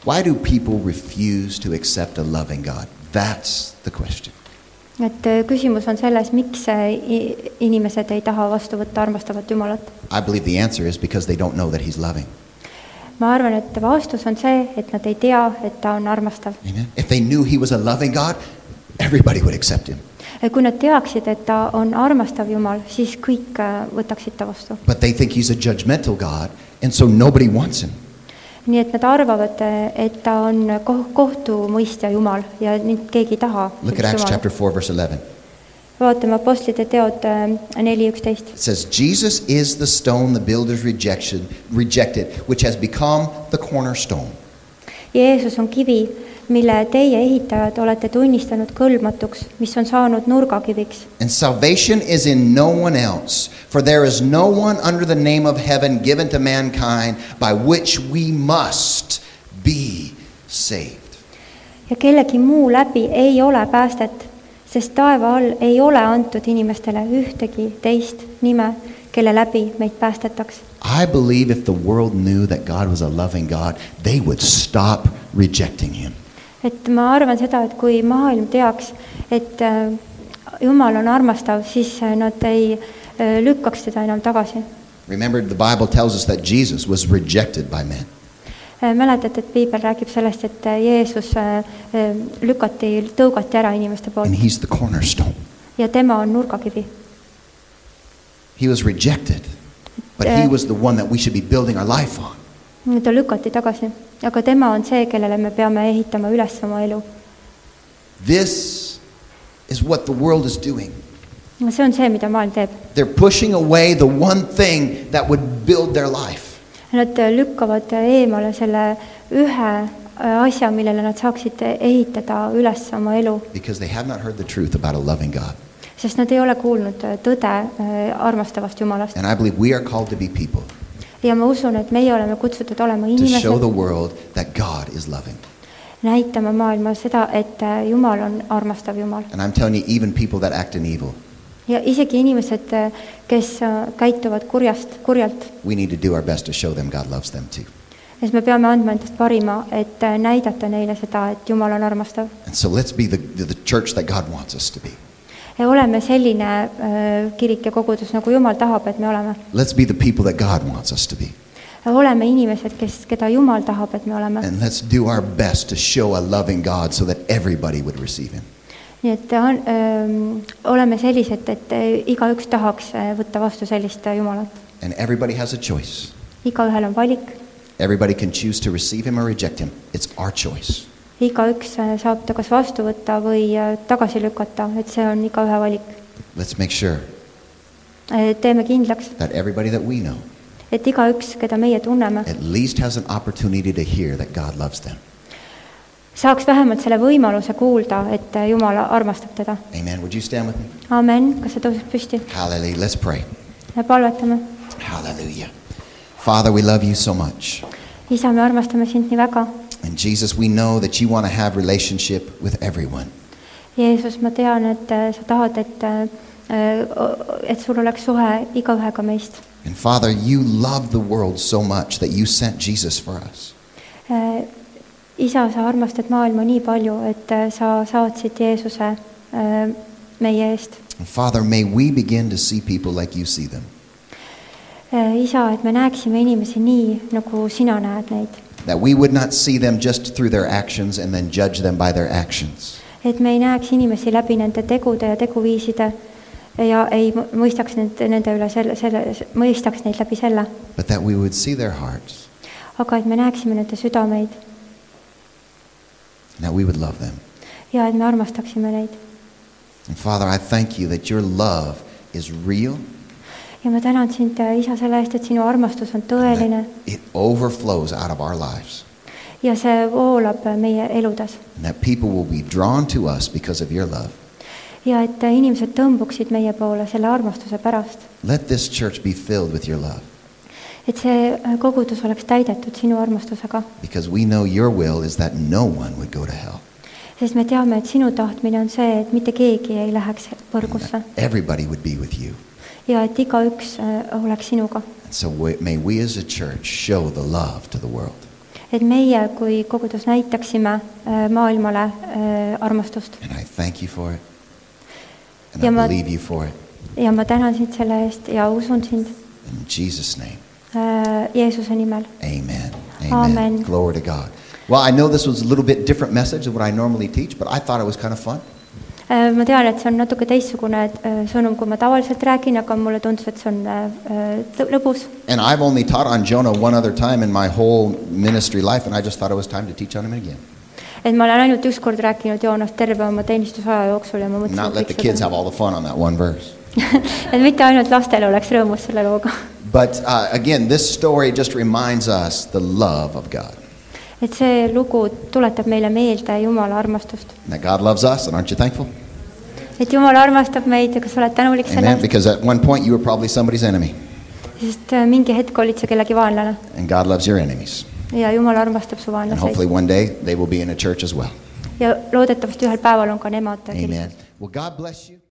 S1: Why do people refuse to accept a loving God? That's the question.
S2: et äh, küsimus on selles , miks äh, i- inimesed ei taha vastu võtta armastavat Jumalat .
S1: I believe the answer is because they don't know that He's loving.
S2: ma arvan , et vastus on see , et nad ei tea , et ta on armastav .
S1: Amen. If they knew He was a loving God, everybody would accept Him.
S2: kui nad teaksid , et ta on armastav Jumal , siis kõik äh, võtaksid ta vastu .
S1: But they think He's a judgmental God, and so nobody wants Him.
S2: nii et nad arvavad , et ta on ko- kohtumõistja Jumal ja nüüd keegi ei taha .
S1: Look at Acts chapter 4, verse 11.
S2: vaatame Apostlite teod äh, neli , üksteist
S1: It says, Jesus is the stone the builders rejection, rejected, which has become the cornerstone.
S2: Jeesus on kivi , mille teie ehitajad olete tunnistanud kõlbmatuks , mis on saanud nurgakiviks
S1: And salvation is in no one else, for there is no one under the name of heaven given to mankind by which we must be saved.
S2: ja kellegi muu läbi ei ole päästet , sest taeva all ei ole antud inimestele ühtegi teist nime , kelle läbi meid päästetaks .
S1: I believe if the world knew that God was a loving God, they would stop rejecting him.
S2: et ma arvan seda , et kui maailm teaks , et äh, Jumal on armastav , siis äh, nad ei äh, lükkaks teda enam tagasi .
S1: Remember, the Bible tells us that Jesus was rejected by men.
S2: mäletate , Äh, et piibel räägib sellest , et äh, Jeesus äh, äh, lükati , tõugati ära inimeste
S1: and
S2: poolt
S1: he's the cornerstone.
S2: ja tema on nurgakivi .
S1: He was rejected, but he
S2: Yeah.
S1: was the one that we should be building our life on.
S2: ta lükati tagasi , aga tema on see , kellele me peame ehitama üles oma elu
S1: This is what the world is doing.
S2: no see on see , mida maailm teeb .
S1: They're pushing away the one thing that would build their life.
S2: Nad äh, lükkavad eemale selle ühe äh, asja , millele nad saaksid ehitada üles oma elu ,
S1: Because they have not heard the truth about a loving God.
S2: sest nad ei ole kuulnud tõde äh, armastavast Jumalast .
S1: And I believe we are called to be people
S2: ja ma usun , et meie oleme kutsutud olema
S1: to show the
S2: inimesed ,
S1: world that God is loving.
S2: näitama maailma seda , et äh, Jumal on armastav Jumal .
S1: And I'm telling you, even people that act in evil,
S2: ja isegi inimesed , kes äh, käituvad kurjast , kurjalt ,
S1: we need to do our best to show them God loves them too.
S2: siis me peame andma endast parima , et äh, näidata neile seda , et Jumal on armastav .
S1: And so let's be the, the church that God wants us to be.
S2: ja oleme selline äh, kirik ja kogudus , nagu Jumal tahab , et me oleme .
S1: Let's be the people that God wants us to be.
S2: oleme inimesed , kes , keda Jumal tahab , et me oleme .
S1: And let's do our best to show a loving God so that everybody would receive him.
S2: nii et on, öö, oleme sellised , et äh, igaüks tahaks äh, võtta vastu sellist äh, Jumalat .
S1: And everybody has a choice.
S2: igaühel on valik ,
S1: Everybody can choose to receive him or reject him. It's our choice.
S2: igaüks äh, saab ta kas vastu võtta või äh, tagasi lükata , et see on igaühe valik .
S1: Let's make sure
S2: teeme kindlaks ,
S1: that everybody that we know
S2: et igaüks , keda meie tunneme ,
S1: at least has an opportunity to hear that God loves them.
S2: saaks vähemalt selle võimaluse kuulda , et äh, Jumal armastab teda .
S1: Amen. Would you stand with me?
S2: amen , kas sa tõused püsti ?
S1: Hallelujah. Let's pray.
S2: palvetame
S1: Hallelujah. Father, we love you so much.
S2: isa , me armastame sind nii väga .
S1: And Jesus, we know that you want to have relationship with everyone.
S2: Jeesus , ma tean , et äh, sa tahad , et , et sul oleks suhe igaühega meist .
S1: And Father, you love the world so much that you sent Jesus for us.
S2: Äh, isa , sa armastad maailma nii palju , et äh, sa saatsid Jeesuse äh, meie eest .
S1: And Father, may we begin to see people like you see them.
S2: Äh, isa , et me näeksime inimesi nii , nagu sina näed neid .
S1: That we would not see them just through their actions and then judge them by their actions.
S2: et me ei näeks inimesi läbi nende tegude ja teguviiside ja ei mõ- mõistaks nend- , nende üle selle , selle , mõistaks neid läbi selle ,
S1: but that we would see their hearts
S2: aga et me näeksime nende südameid
S1: and that we would love them.
S2: ja et me armastaksime neid .
S1: And Father, I thank you that your love is real,
S2: ja ma tänan sind , isa , selle eest , et sinu armastus on
S1: and
S2: tõeline
S1: that it overflows out of our lives,
S2: ja see voolab meie eludes
S1: and that people will be drawn to us because of your love.
S2: ja et inimesed tõmbuksid meie poole selle armastuse pärast .
S1: Let this church be filled with your love
S2: et see kogudus oleks täidetud sinu armastusega ,
S1: because we know your will is that no one would go to hell,
S2: sest me teame , et sinu tahtmine on see , et mitte keegi ei läheks
S1: and
S2: põrgusse
S1: that everybody would be with you.
S2: ja et igaüks äh, oleks sinuga .
S1: And so we, may we as a church show the love to the world.
S2: et meie kui kogudus näitaksime äh, maailmale äh, armastust
S1: And I thank you for it, and
S2: Yeah,
S1: I
S2: but-
S1: believe you for it.
S2: ja ma tänan sind selle eest ja usun sind
S1: In Jesus' name.
S2: äh, Jeesuse nimel .
S1: Amen. Amen.
S2: Amen.
S1: Glory to God. Well, I know this was a little bit different message than what I normally teach, but I thought it was kind of fun.
S2: Äh, ma tean , et see on natuke teistsugune äh, sõnum , kui ma tavaliselt räägin , aga mulle tundus , et see on äh, äh, tõ- lõbus
S1: And I've only taught on Jonah one other time in my whole ministry life, and I just thought it was time to teach on him again.
S2: et ma olen ainult ükskord rääkinud Joonast terve oma teenistusaja jooksul ja ma mõtlesin ,
S1: Not let the kids have all the fun on that one verse.
S2: et mitte ainult lastel oleks rõõmus selle looga .
S1: But uh, again, this story just reminds us the love of God.
S2: et see lugu tuletab meile meelde Jumala armastust .
S1: And that God loves us, and aren't you thankful?
S2: et Jumal armastab meid ja kas sa oled tänulik selle
S1: Amen.
S2: eest ,
S1: Because at one point you were probably somebody's enemy,
S2: sest äh, mingi hetk olid sa kellegi vaenlane
S1: and God loves your enemies.
S2: ja Jumal armastab su
S1: And hopefully
S2: vaenlaseid .
S1: one day they will be in a church as well.
S2: ja loodetavasti ühel päeval on ka nemad .
S1: Amen. Well, God bless you.